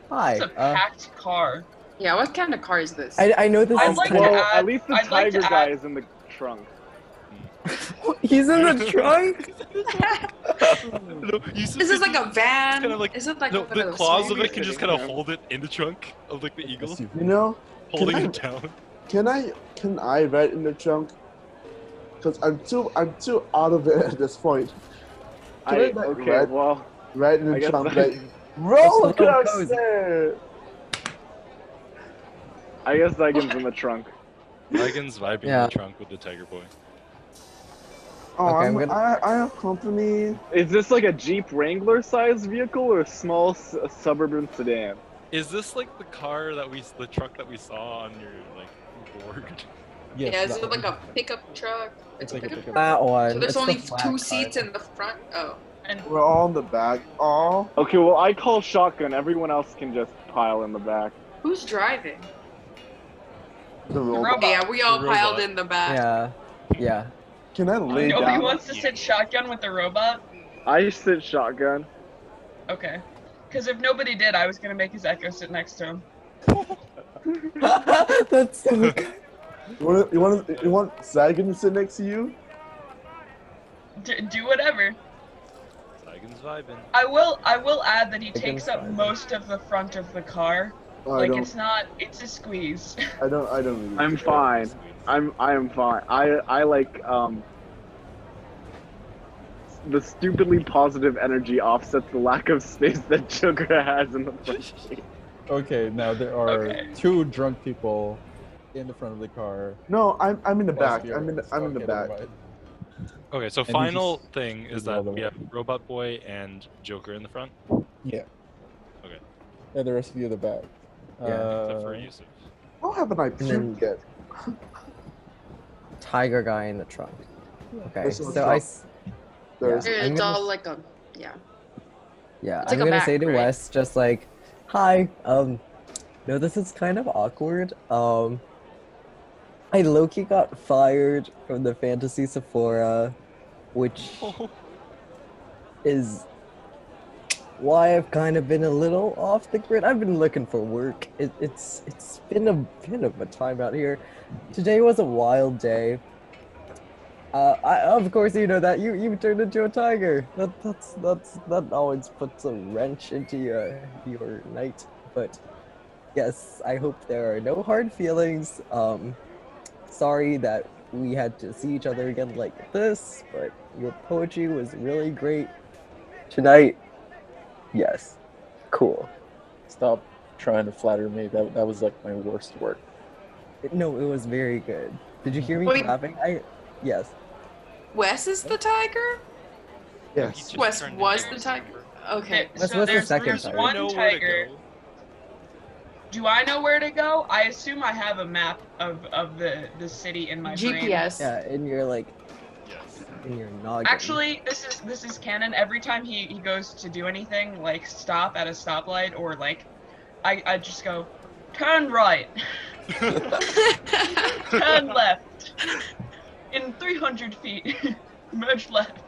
H: Hi.
F: It's a
H: uh,
F: packed car.
G: Yeah, what kind of car is this?
H: I, I know this
F: I'd
H: is
F: like
H: kind
F: to
C: well,
F: add-
C: at least the
F: I'd like to
C: tiger guy
F: add-
C: is in the trunk.
H: of. He's in the trunk.
D: no, you
G: this is like a van.
D: kinda like-
G: is it like
D: No,
G: one of
D: the
G: those
D: claws of
G: things?
D: it can just kind of hold it in the trunk of like the eagle,
E: SUV.
A: You know,
D: holding
A: I-
D: it down.
A: Can I can I ride in the trunk? Cause I'm too I'm too out of it at this point. Can I,
C: I,
A: like,
C: okay,
A: ride-
C: well,
A: Right in
C: I
A: the
C: guess
A: trunk,
C: I-
A: like roller
H: It's not cozy.
A: coaster.
C: I guess Zygon's in the trunk.
D: Megan's vibing
H: Yeah.
D: in the trunk with the tiger boy.
A: Oh,
H: Okay,
A: I'm,
H: I'm gonna-
A: I I have company.
C: Is this like a Jeep Wrangler sized vehicle or a small s- suburban sedan?
D: Is this like the car that we, s- the truck that we saw on your like board?
E: Yes,
G: yeah, is
E: that
G: it like
E: one.
G: a pickup truck? It's, a
E: like a
G: pickup,
E: pickup
G: truck.
H: That one.
G: So there's
H: It's the
G: only
H: black
G: two
H: car.
G: seats in the front. Oh,
F: And
A: We're all in the back. Oh,
C: Okay, well, I call shotgun. Everyone else can just pile in the back.
G: who's driving?
A: the
F: robot.
A: robot.
G: Yeah, we all
D: The
G: piled
D: robot.
G: in the back.
H: Yeah. Yeah.
A: Can I lay
F: nobody
A: down?
F: wants to sit shotgun with the robot.
C: I sit shotgun.
F: Okay. Because if nobody did, I was gonna make his echo sit next to him.
H: That's so good.
A: You want you want you want Zagan to sit next to you?
F: D- do whatever.
D: Megan's vibing.
F: I will. I will add that he
H: Against
F: takes up
H: Ivan.
F: most of the front of the car.
A: Oh, I
F: like
A: don't
F: it's not. It's a squeeze.
A: I don't I don't. Really
C: I'm
A: care.
C: fine. I'm I am fine. I I like um. The stupidly positive energy offsets the lack of space that Joker has in the front. seat.
E: Okay, now there are
F: Okay.
E: two drunk people in the front of the car.
A: No, I'm I'm in the
E: Plus
A: back.
E: beer.
A: I'm in the, I'm in the
E: Okay, never
A: back.
E: mind.
D: Okay, so
E: he
D: final
E: just
D: thing is
E: did all
D: that
E: the
D: we have
E: work.
D: Robot Boy and Joker in the front,
E: Yeah.
D: Okay.
E: Yeah, the rest of you in the back.
H: Yeah.
D: except for
E: Uh,
D: Yusuf.
A: Oh, haven't I
H: then-
A: puked yet?
H: Tiger guy in the trunk. Okay.
A: There's no
H: So I.
A: trunk.
H: s-
A: There's
H: Yeah. I'm
G: It's
H: gonna
G: all
H: s-
G: like a yeah.
H: Yeah,
G: It's
H: I'm
G: like a
H: gonna
G: back,
H: say to
G: right?
H: Wes, just like, "Hi, um, no, this is kind of awkward. Um, I Loki got fired from the Fantasy Sephora, which
D: Oh,
H: is why I've kind of been a little off the grid. I've been looking for work. It, it's it's been a bit of a time out here. Today was a wild day. Uh, I, of course, you know that you you turned into a tiger. That that's that's that always puts a wrench into your your night. But yes, I hope there are no hard feelings. Um, sorry that we had to see each other again like this, but your poetry was really great tonight. Yes, cool.
E: stop trying to flatter me. That that was like my worst work.
H: No, it was very good. Did you hear me
G: Wait.
H: clapping? I yes.
G: Wes is the tiger.
D: He
A: yes.
D: just
G: Wes
D: turned
G: was
D: into
G: the
D: a
G: tiger. Okay.
F: There-
H: What's-
F: so
H: what's the
F: there's,
H: second
F: there's
H: tiger?
F: one
D: Nowhere to
F: tiger.
D: go.
F: Do I know where to go? I assume I have a map of of the the city in my brain.
G: GPS.
H: Yeah, in your like
D: Yes.
H: in your noggin.
F: Actually, this is this is canon. Every time he he goes to do anything, like stop at a stoplight or like, I I just go, turn right,
G: Oh
F: turn left, in 300 feet, merge left.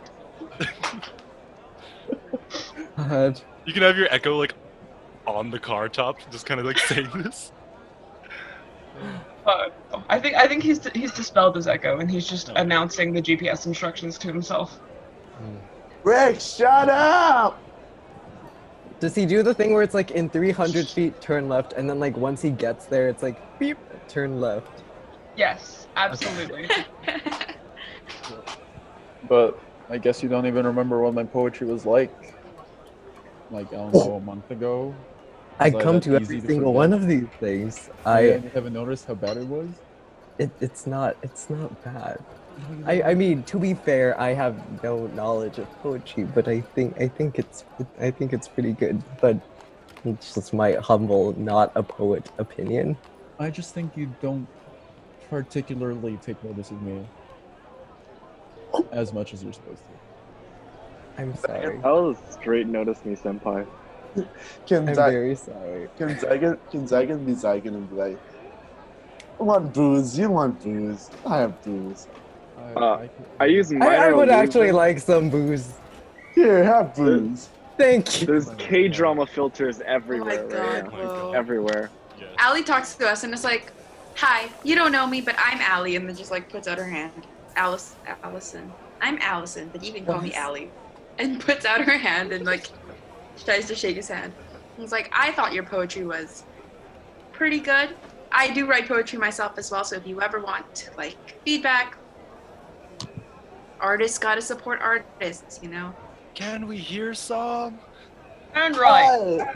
E: God.
I: You can have your echo like on the car top, just kind of like saying this.
F: Uh, I think I think he's he's dispelled his echo and he's just announcing the GPS instructions to himself.
A: Rick, shut up!
H: Does he do the thing where it's like in 300 feet, turn left, and then like once he gets there, it's like beep, turn left?
F: Yes, absolutely.
E: But I guess you don't even remember what my poetry was like. Like, I don't know, a month ago.
H: I
E: Sorry,
H: come
E: that's
H: to every
E: easy to
H: single
E: forget.
H: one of these things.
E: I
H: I
E: haven't noticed how bad it was.
H: it, it's not it's not bad. I, I mean, to be fair, I have no knowledge of poetry, but I think I think it's I think it's pretty good. But it's just my humble, not a poet opinion.
E: I just think you don't particularly take notice of me as much as you're supposed to.
H: I'm sorry.
C: I'll straight notice me, senpai.
A: Can,
H: I'm
A: Zy-
H: very sorry.
A: can, Zygon, can Zygon be Zygon and be like, I want booze, you want booze, I have booze.
E: I,
C: Uh,
E: could-
C: I use minor
H: I, I would actually
C: illusion.
H: like some booze.
A: Here, have booze.
H: Thank you.
C: There's K drama filters everywhere
G: oh my god,
C: right now.
G: whoa.
C: Everywhere.
D: Ah.
I: Yes.
G: Allie talks to us and is like, "Hi, you don't know me, but I'm Allie," and then just like puts out her hand. Alice, Allison. I'm Allison, but you can call me
H: What?
G: Allie. And puts out her hand and like tries to shake his hand. He's like, "I thought your poetry was pretty good. I do write poetry myself as well, so if you ever want like feedback, artists gotta support artists, you know."
D: Can we hear some?
F: And right.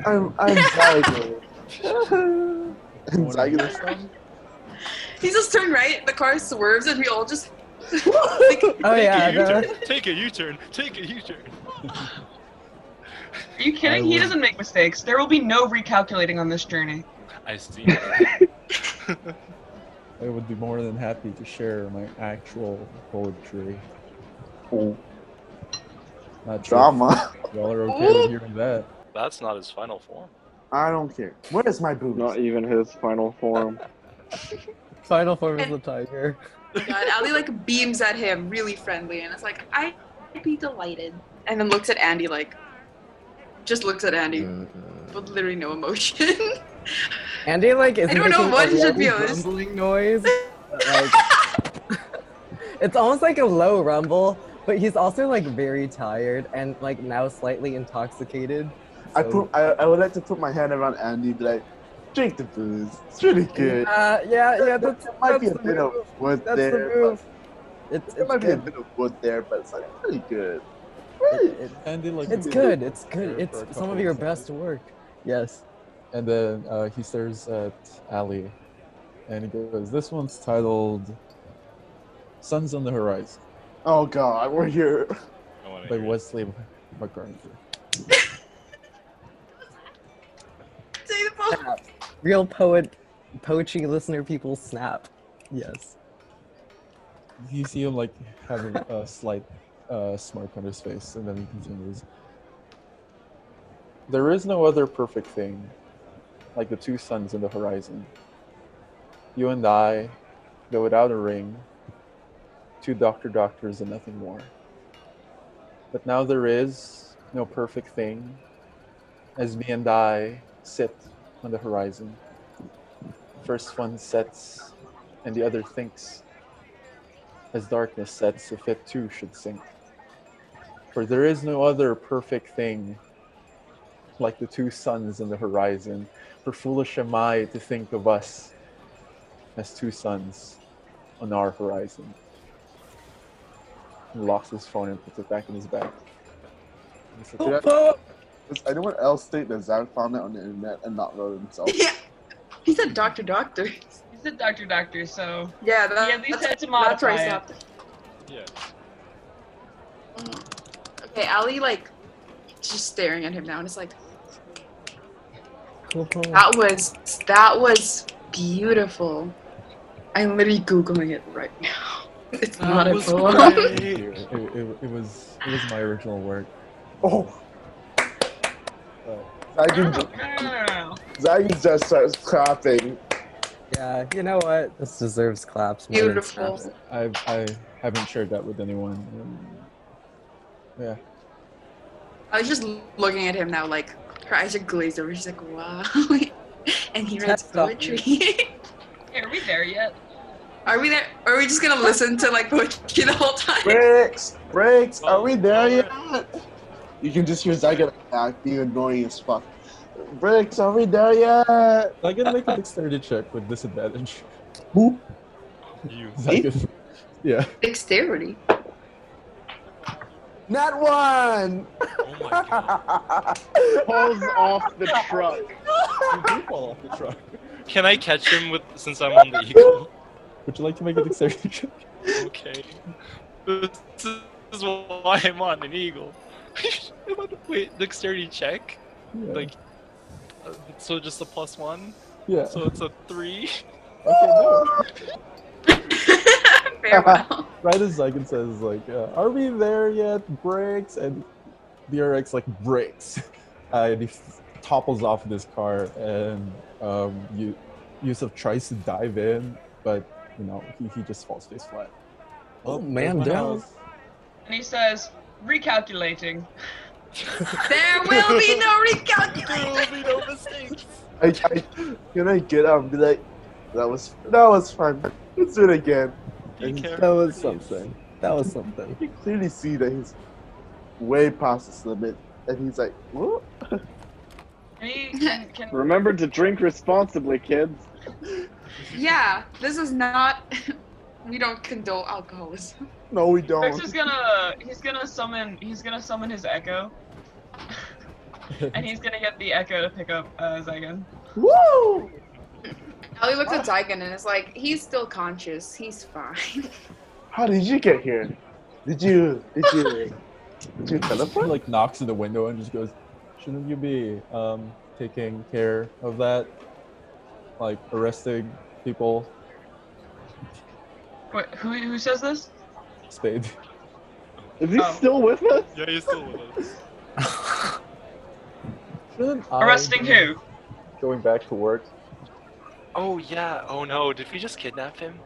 A: Hi, I'm, I'm Zygon. and
E: Wanna hear
A: Zygon is
E: some?
G: He just turned right. The car swerves, and we all just.
H: Oh
I: Take
H: yeah,
I: a U-turn.
H: the-
I: Take a U-turn. Take a U-turn.
F: Are you kidding?
E: I
F: He
E: would-
F: doesn't make mistakes. There will be no recalculating on this journey.
I: I see.
E: I would be more than happy to share my actual poetry.
A: Ooh.
E: Not sure if
A: drama.
E: Y'all are okay with hearing that.
D: That's not his final form.
A: I don't care. Where's my booze?
C: Not even his final form.
H: final form is the tiger.
G: Oh my God, Ali like beams at him, really friendly, and it's like I'd be delighted. And then looks at Andy like, just looks at Andy with literally no emotion.
H: Andy like is
G: I don't know
H: making
G: what
H: a
G: should be
H: low
G: honest.
H: rumbling noise. but, like, it's almost like a low rumble, but he's also like very tired and like now slightly intoxicated.
A: I
H: so-
A: put. I, I would like to put my hand around Andy, and be like, drink the booze. It's really good.
H: Uh, yeah, yeah, that's,
A: there might
H: that's
A: be a
H: the
A: bit of
H: move.
A: wood
H: That's
A: there.
H: the move. It's,
A: But, there
H: it's
A: might be a
H: good.
A: bit of wood there, but it's like pretty good.
H: It- it-
E: Andy, like,
H: it's
E: looks
H: good.
E: at
H: It's
E: her
H: good.
E: for
H: It's
E: a
H: some
E: couple
H: of your
E: seconds,
H: best work. Yes.
E: And then uh, he stares at Ali, and he goes, "This one's titled Suns on the Horizon
A: Oh god, we're here.
I: I wanna
E: by
I: hear it.
E: Wesley McCarthy."
G: Say the phone.
H: Real poet, poetry listener people snap. Yes.
E: You see him like have a, a slight uh, smirk on his face, and then he continues. There is no other perfect thing, like the two suns in the horizon. You and I, though without a ring, two doctor doctors and nothing more. But now there is no perfect thing, as me and I sit on the horizon. First one sets, and the other thinks as darkness sets, if it too should sink. For there is no other perfect thing like the two suns in the horizon, for foolish am I to think of us as two suns on our horizon. He locks his phone and puts it back in his bag. And he said,
A: Did I-
H: Poet.
A: Does anyone else think that Zach found it on the internet and not wrote it himself?
G: Yeah. He said doctor, doctor.
F: He said Doctor Doctor, so
G: Yeah, that,
F: he at least
G: that's,
F: had to
G: that's where
F: modify
G: I
F: it.
G: stopped.
I: Yeah.
G: Okay, Ali like just staring at him now, and it's like
H: Cool poet.
G: that was that was beautiful. I'm literally googling it right now.
F: Oh,
G: It's not a poem.
E: "Here." It, it- it was it was my original work.
A: Oh,
E: But
A: Zygon,
F: Oh, No, no, no, no, no, no.
A: Zygon just starts clapping.
H: Yeah, you know what? This deserves claps. more than
G: Beautiful.
H: snaps.
E: I I haven't shared that with anyone. and
G: I was just looking at him now, like her eyes are glazed over. She's like, wow. and he writes
H: That's awesome.
G: poetry.
F: Hey, are we there yet?
G: are we there? Are we just gonna listen to like poetry the whole time?
A: Bricks! Bricks! Are we there yet? You can just hear Zygon attack being annoying as fuck. Bricks, are we there yet?
E: I can make a dexterity check with disadvantage.
A: Who?
I: You.
E: Is that
A: Me?
E: good? Yeah.
G: Dexterity.
A: Not one!
I: Oh my god.
C: Pulls off the truck.
E: You do fall off the truck.
D: Can I catch him with since I'm on the eagle?
E: Would you like to make a dexterity check?
D: Okay. This is why I'm on an eagle. Wait, dexterity check.
E: Yeah.
D: Like, uh, so just a plus one.
E: yeah.
D: So it's a three.
E: Okay, no.
G: Farewell.
E: Right as Zygon says, like, uh, are we there yet? Brakes and DRX like breaks. Uh, and he f- topples off this car, and um, you, Yusuf tries to dive in, but you know he, he just falls face flat.
H: Oh,
E: there's
H: man
E: my
H: down.
E: house.
F: And he says, recalculating.
G: there will be no recalculating.
A: I, I, can I get up and be like, that was that was fun. Let's do it again. And he
H: That was something. That was something.
A: you clearly see that he's way past his limit, and he's like, "What?"
F: And he can, can
C: Remember to drink responsibly, kids.
G: Yeah, this is not. We don't condole alcoholism.
A: No, we
F: Rex
A: don't.
F: is gonna he's gonna summon he's gonna summon his echo. and he's gonna get the echo to pick up uh, Zygon.
A: Woo!
G: Ellie looks at Zygon and is like, he's still conscious. He's fine.
A: How did you get here? Did you? Did you? did you
E: He
A: teleport?
E: like knocks at the window and just goes, "Shouldn't you be um, taking care of that? Like arresting people,
F: Wait, who who says this?
E: spade."
C: Is he
D: Um,
F: Oh.
C: still with us?
I: Yeah, you're still with us.
E: Shouldn't I
F: Arresting
E: be
F: who?
E: Going back to work.
D: Oh yeah. Oh no. Did we just kidnap him?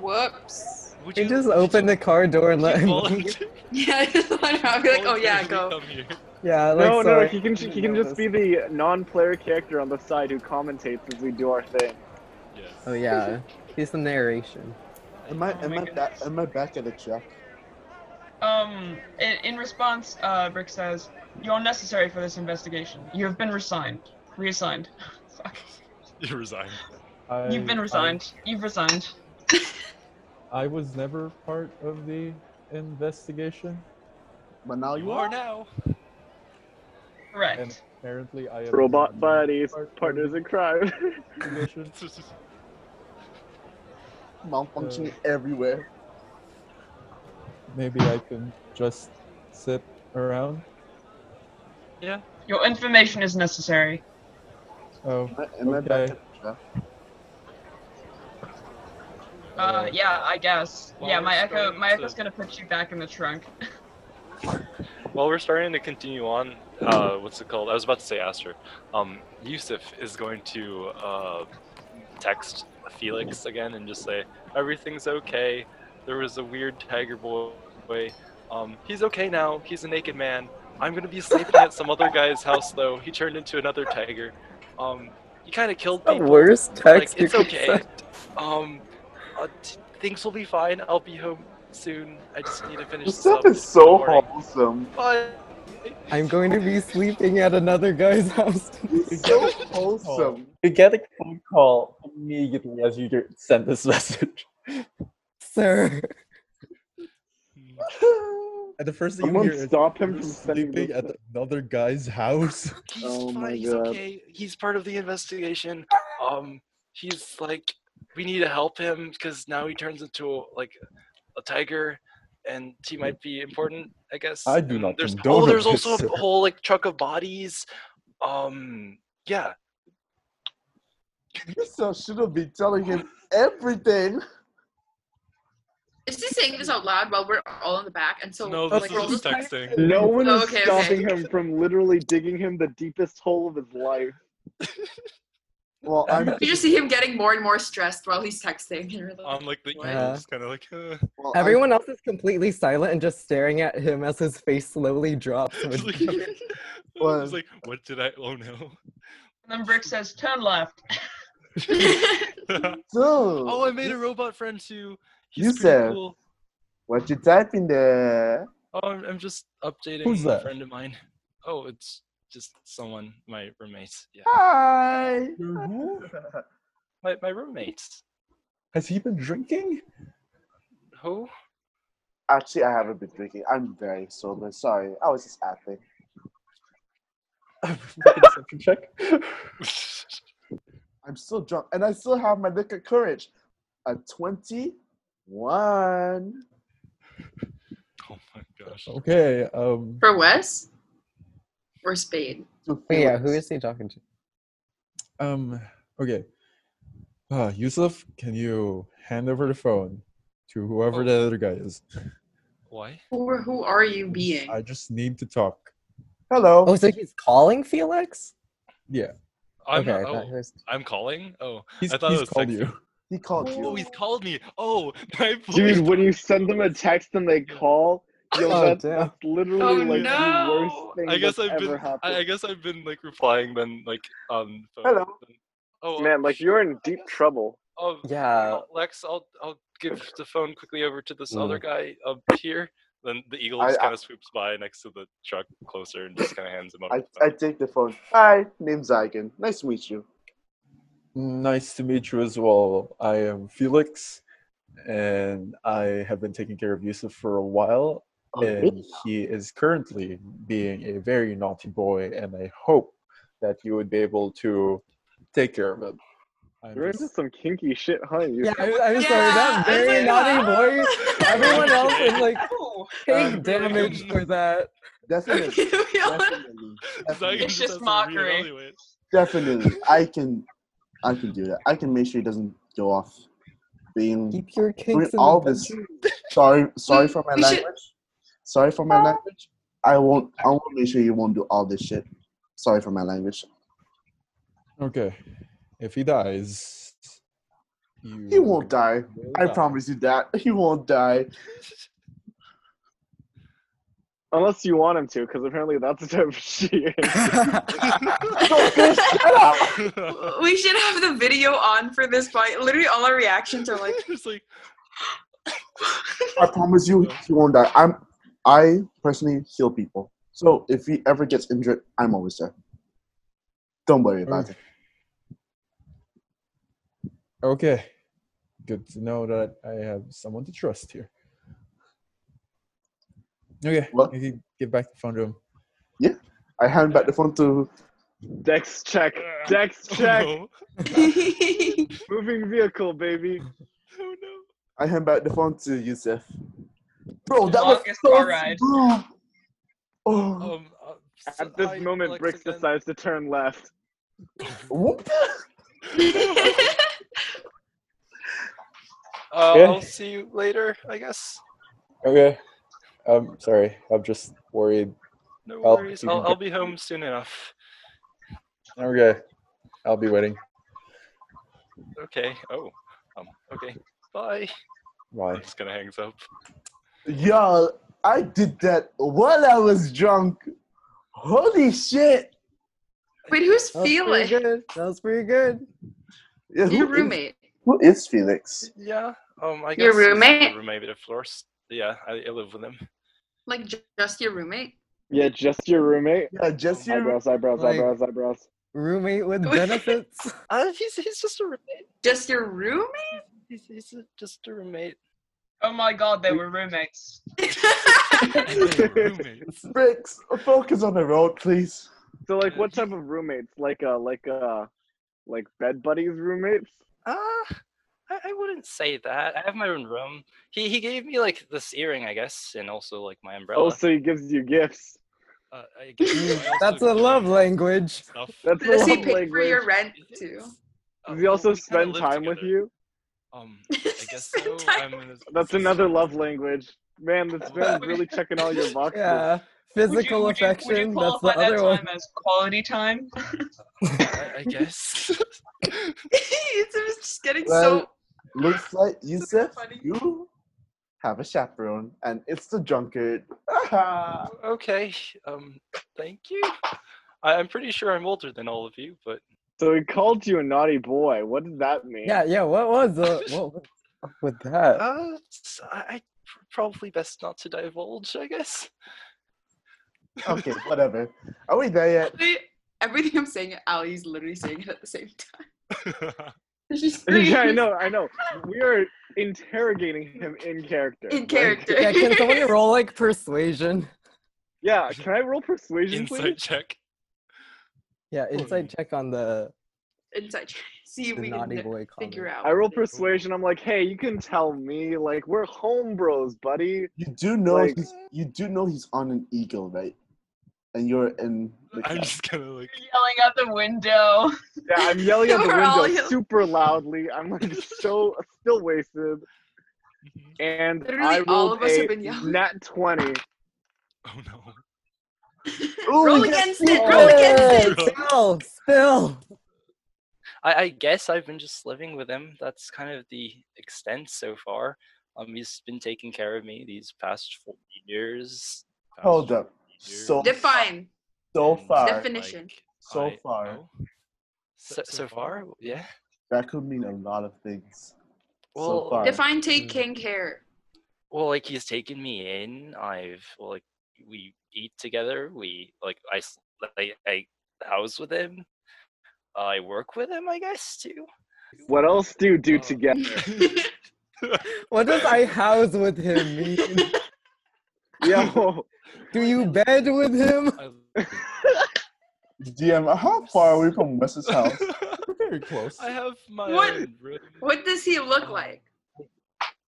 G: Whoops.
D: Would
H: He just opened the car door and let
D: Let
H: him.
G: Yeah, I just want to be like, oh yeah, go.
D: Come here.
H: Yeah, like
C: no,
H: sorry.
C: no, he can he can
H: Notice.
C: just be the non-player character on the side who commentates as we do our thing.
I: Yes.
H: Oh yeah, he's the narration.
A: Am I?
F: Oh
A: Am
F: my
A: I back? Am I back at the truck?
F: Um in, in response, uh Brick says, You're necessary for this investigation. You have been resigned. Reassigned. Fuck.
I: You resigned.
E: I,
F: You've been
E: I-
F: resigned. You've resigned.
E: I was never part of the investigation.
A: But now
D: Oh, You are now.
E: And
F: Correct.
E: apparently I am
C: Robot
E: not
C: buddies,
E: part of
C: partners
E: the
C: in crime.
E: investigation.
A: malfunctioning everywhere.
E: Maybe I can just sit around.
F: Your information is necessary.
E: Oh,
A: Am I, am I back
E: Okay.
A: at the truck?
F: Uh yeah, I guess.
D: Well,
F: yeah, my
D: we're
F: echo
D: starting
F: my
D: to-
F: echo's gonna put you back in the trunk.
D: Well, we're starting to continue on. Uh, what's it called? I was about to say Aster. Um, Yusuf is going to uh, text Felix again and just say everything's okay. There was a weird tiger boy. Um, he's okay now. He's a naked man. I'm gonna be sleeping at some other guy's house though. He turned into another tiger. Um, he kind of killed
H: The
D: people.
H: worst text
D: like it's
H: you could
D: okay.
H: send.
D: Um, uh, t- things will be fine. I'll be home soon. I just need to finish
A: This
D: this
A: stuff
D: up.
A: is
D: in the
A: so
D: morning."
A: wholesome.
D: Bye.
H: I'm going to be sleeping at another guy's house.
A: It's so wholesome.
E: you get a phone call immediately as you get- send this message.
H: Sir,
E: And the first thing you
C: Someone
E: hear is
C: stop him
E: "You're
C: from sending
E: sleeping
C: this.
E: at another guy's house.
D: He's
A: Oh my
D: fine. He's
A: God.
D: okay. He's part of the investigation. Um, he's like, we need to help him because now he turns into a, like a tiger, and he might be important. I guess.
E: I do
D: And
E: not
D: There's
E: condone
D: oh, there's
E: this,
D: also a
E: sir.
D: whole like truck of bodies. Um, yeah.
A: Yusuf shouldn't be telling him everything.
G: Is he saying this out loud while we're all in the back? And so
I: No,
G: like,
I: this
G: we're all
I: is just
G: just-
I: texting.
C: No one is
G: Oh, Okay, okay.
C: stopping him from literally digging him the deepest hole of his life.
A: Well, I'm
G: You just see him getting more and more stressed while he's texting. And you're like,
I: on like the
H: Yeah.
I: email, just kind of like. Uh,
A: well, I'm-
H: Everyone else is completely silent and just staring at him as his face slowly drops.
I: it's
H: with-
I: like, I
A: Well-
I: was like, what did I? Oh no!
F: And then Brick says, turn left.
A: Dude,
D: oh, I made a robot friend too. He's
A: You
D: pretty
A: said-
D: cool.
A: what you type in there?
D: Oh, I'm, I'm just updating
E: Who's
D: a
E: that?
D: friend of mine. Oh, it's just someone, my roommates. Yeah,
A: Ah! Hi.
D: my, my roommates.
E: Has he been drinking?
D: Who?
A: Actually, I haven't been drinking. I'm very sober. Sorry, I was just acting.
E: Make a deception check.
A: I'm still drunk, and I still have my liquor courage. A twenty-one.
I: oh my gosh!
E: Okay. Um,
G: For Wes? Or Spade?
A: to
H: Wait, Oh, yeah,
A: Felix.
H: who is he talking to?
E: um. Okay. Uh, Yusuf, can you hand over the phone to whoever
D: Oh.
E: the other guy is?
D: Why?
G: Who, who are you
E: I just-
G: being?
E: I just need to talk.
A: Hello.
H: Oh, so he's calling Felix?
E: Yeah.
D: I'm
H: okay,
D: not,
H: I thought he
D: oh,
H: was.
D: I'm calling. Oh,
E: He's,
D: I thought it
E: he's
D: was
E: called
D: texting.
E: you.
A: he called you.
D: oh, he's called me. Oh, my voice.
C: Dude, when you send them a text and they call, yo,
H: Oh,
C: that's,
H: damn.
C: that's literally
G: Oh,
C: like
G: no.
C: the worst thing
D: I guess
C: that's
D: I've
C: ever
D: been.
C: happened.
D: I, I guess I've been like replying then like on. Phone.
A: Hello.
D: Oh uh,
C: Man, like you're in
D: I
C: deep
D: guess-
C: trouble.
D: Oh,
H: Yeah.
D: I'll- Lex, I'll I'll give the phone quickly over to this
H: Mm.
D: other guy up here. Then the eagle
A: I-
D: just
A: I-
D: kind of swoops by next to the truck closer and just kind of hands him over.
A: I,
D: the
A: I
D: phone.
A: take the phone. Hi, name's Zygon. Nice to meet you.
E: Nice to meet you as well. I am Felix, and I have been taking care of Yusuf for a while,
A: Oh,
E: and
A: really?
E: he is currently being a very naughty boy, and I hope that you would be able to take care of him. I'm
C: You're into
E: just-
C: some kinky shit, huh? You
H: Yeah, I, I'm sorry. That
G: Yeah, I was
H: very
G: like,
H: naughty boy. Everyone else is like
F: Ooh.
H: take
A: Um,
H: damage for that.
A: Definitely.
G: We all-
A: definitely.
D: Zygon
A: Definitely.
F: It's just
D: has to
F: mockery.
D: reevaluate.
A: definitely. I can I can do that. I can make sure he doesn't go off being
H: Keep your
A: bring
H: kinks in
A: all
H: the
A: this sorry sorry for my
G: We should-
A: language. Sorry for my language. I won't I won't make sure you won't do all this shit. Sorry for my language.
E: Okay, if he dies, you
A: He won't die.
E: will
A: I
E: die.
A: promise you that. He won't die.
C: Unless you want him to, because apparently that's the type of shit. you're into.
G: we should have the video on for this fight. Literally, all our reactions are like,
I: It's like,
A: I promise you he won't die. I'm I personally heal people. So if he ever gets injured, I'm always there. Don't worry about it.
E: Okay, good to know that I have someone to trust here. Okay,
A: What?
E: you can get back to the phone to him.
A: I hand back the phone to
C: Dex check. Dex
I: oh,
C: check.
I: no.
C: Moving vehicle, baby.
I: Oh, no.
A: I hand back the phone to Yusuf. Bro, that was
F: Longest
A: so
F: car ride.
A: smooth. Oh,
D: Um, uh, s-
C: At this
D: I-
C: moment,
D: Lex
C: Bricks
D: again.
C: decides to turn left.
A: whoop.
D: Uh,
E: Yeah.
D: I'll see you later, I guess.
E: Okay, I'm sorry. I'm just worried.
D: No
E: I'll
D: worries.
E: see you
D: I'll,
E: back.
D: I'll be home soon enough.
E: Okay, I'll be waiting.
D: Okay. Oh. Um. Okay. Bye.
E: Bye.
D: I'm just gonna hangs up.
A: Y'all, I did that while I was drunk. Holy shit.
G: wait, who's
H: That was pretty
G: Felix?
H: good. That was pretty good.
A: Yeah, who
G: Your
A: is-
G: roommate.
A: who is Felix?
D: Yeah. Um. I guess
G: Your
D: he's
G: roommate?
D: Roommate, of course. Yeah. I, I live with him.
G: Like, ju- just your roommate?
C: Yeah, just your roommate.
A: Yeah, just your
C: Eyebrows, eyebrows,
H: Like-
C: eyebrows, eyebrows.
H: Roommate with benefits.
D: Uh, he's he's just a roommate.
G: Just your roommate?
D: He's, he's a- just a roommate.
F: Oh my god, they were roommates.
I: roommates.
A: Bricks. Focus on the road, please.
C: So, like, what type of roommates? Like, uh, like, uh, like bed buddies roommates?
D: Uh, I, I wouldn't say that. I have my own room. He he gave me like this earring, I guess, and also like my umbrella.
C: Oh, so he gives you gifts.
D: uh, I guess I also
H: That's a
D: give him
H: love language.
I: Stuff.
C: That's a
G: Does he
C: love
G: pay for
C: language.
G: your rent
D: Is it-
G: too?
D: Uh,
C: Does he also
D: well, we kinda
C: spend
D: live
C: time with
D: together.
C: you?
D: Um,
G: Does he
D: I guess
G: spend
D: so.
G: time
D: I'm in his-
C: That's another love language. Man, this man's really checking all your boxes.
H: Yeah.
F: Would you,
H: Physical
F: would you, would
H: affection.
F: you
H: That's
F: qualify
H: the
F: that
H: other
F: time
H: one.
F: as quality time?
D: I, I guess.
G: it's it's just getting so.
A: Well, looks like you
F: That's
A: said
F: funny.
A: you have a chaperone, and it's the drunkard.
D: okay. Um. Thank you. I, I'm pretty sure I'm older than all of you, but
C: So he called you a naughty boy. What does that mean?
H: Yeah, yeah. What was the what was up with that?
D: uh, it's- I, I probably best not to divulge. I guess.
A: okay, whatever. Are we there yet?
G: Everything I'm saying, Ali's literally saying it at the same time. She's
C: yeah, I
G: screaming
C: know, I know. We are interrogating him in character.
G: In
C: Like,
G: character.
H: Yeah, can somebody roll like persuasion?
C: yeah, can I roll persuasion,
D: Insight
C: please?
D: check.
H: Yeah, inside check on the,
G: Inside check. See if
H: the
G: we can
H: naughty
G: n-
H: boy comment.
G: figure out.
C: I roll
G: what it is.
C: persuasion. I'm like, hey, you can tell me. Like, we're home bros, buddy.
A: You do know
C: Like-
A: he's, you do know he's on an eagle, right? And you're in. The
I: I'm
A: cab.
I: just gonna like
F: Yelling out the window.
C: Yeah, I'm yelling at the
G: We're all
C: window
G: yell-
C: super loudly. I'm like so still wasted.
I: mm-hmm.
C: And
G: Literally
C: I
G: all
C: rolled
G: of us
C: a
G: have been yelling.
C: nat twenty.
I: oh no.
G: roll
A: Ooh,
G: against
H: you
G: it. Roll against it.
I: it!
H: Spill, spill.
D: I, I guess I've been just living with him. That's kind of the extent so far. Um, he's been taking care of me these past four years. past
A: Hold up.
D: 40 years,
A: So-
G: Define.
A: so
D: and,
A: far,
D: like,
G: Definition.
A: so
D: I-
A: far,
D: oh, So, so far, yeah.
A: that could mean a lot of things. so
D: Well,
A: far,
G: Define taking care.
D: Well, like he's taken me in. I've well, like we eat together. We like I s- I, I house with him. I work with him, I guess too.
C: What else do you do
D: Uh,
C: together?
H: What does I house with him mean?
C: Yo,
H: Do you bed with him?
D: I,
A: DM, how far are we from Wes's house?
E: Very close.
D: I have my
G: What-
D: own room.
G: what does he look like?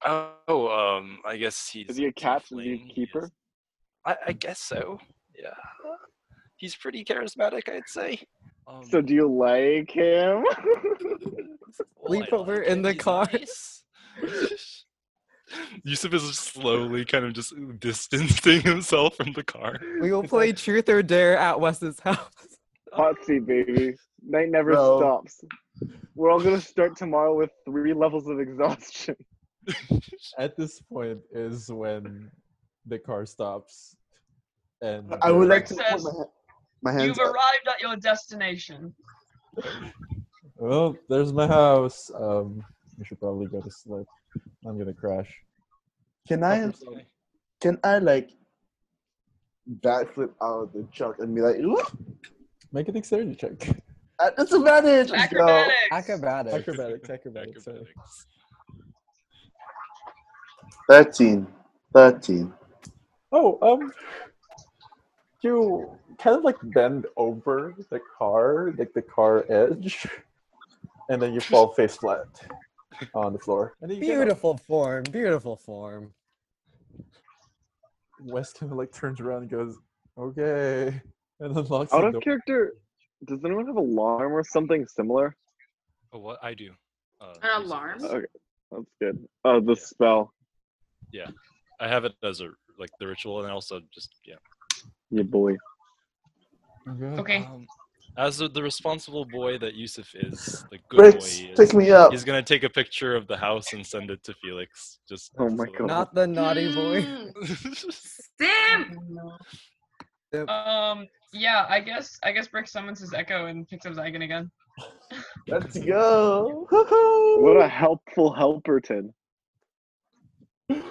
D: Oh, um, I guess he's.
C: is he a cat? Is he
D: tiefling,
C: a
D: he
C: keeper?
D: is- I, I guess so. Yeah, he's pretty charismatic, I'd say. Um,
C: So do you like him?
D: well, I
H: Sleepover
D: like
H: in
D: him,
H: the
D: he's
H: car?
D: nice.
I: Yusuf is slowly kind of just uh, distancing himself from the car.
H: We will play truth or dare at Wes's house.
C: Hot seat, baby. Night never
A: Bro.
C: stops. We're all gonna start tomorrow with three levels of exhaustion.
E: At this point is when the car stops, and
A: I would
E: the-
A: like to put
F: Princess,
A: my, ha- my hands
F: You've
A: up.
F: arrived at your destination.
E: Well, "Oh, there's my house. Um, I should probably go to sleep. I'm gonna crash.
A: Can I, can I like backflip out of the truck and be like, look,
E: Make a dexterity check.
A: at disadvantage? Let's go.
F: Acrobatics.
H: Acrobatics.
E: Acrobatics, acrobatics. sorry.
I: Acrobatics.
A: 13. 13.
E: Oh, um, you kind of like bend over the car, like the car edge, and then you fall face flat on the floor. And then you get up.
H: Beautiful form. Beautiful form.
E: Wes kind of like turns around and goes, "Okay," and unlocks
C: Out
E: the
C: of
E: door.
C: character, does anyone have alarm or something similar?
I: Oh, what I do? Uh,
G: An
I: Yusuf
G: alarm?
I: does.
C: That's good. Oh, the spell.
I: I have it as a like the ritual, and also just yeah.
C: Yeah, boy.
F: Okay.
I: Um, as the, the responsible boy that Yusuf is, the good
A: Bricks,
I: boy he is,
A: pick me
C: Oh.
A: up.
I: he's gonna take a picture of the house and send it to Felix. Just
C: Oh my
I: so
C: God.
H: Not the naughty boy.
G: Mm,
I: that-
G: Simp.
F: Um. Yeah. I guess. I guess Brick summons his Echo and picks up Zygon again.
A: Let's go.
C: What a helpful helperton.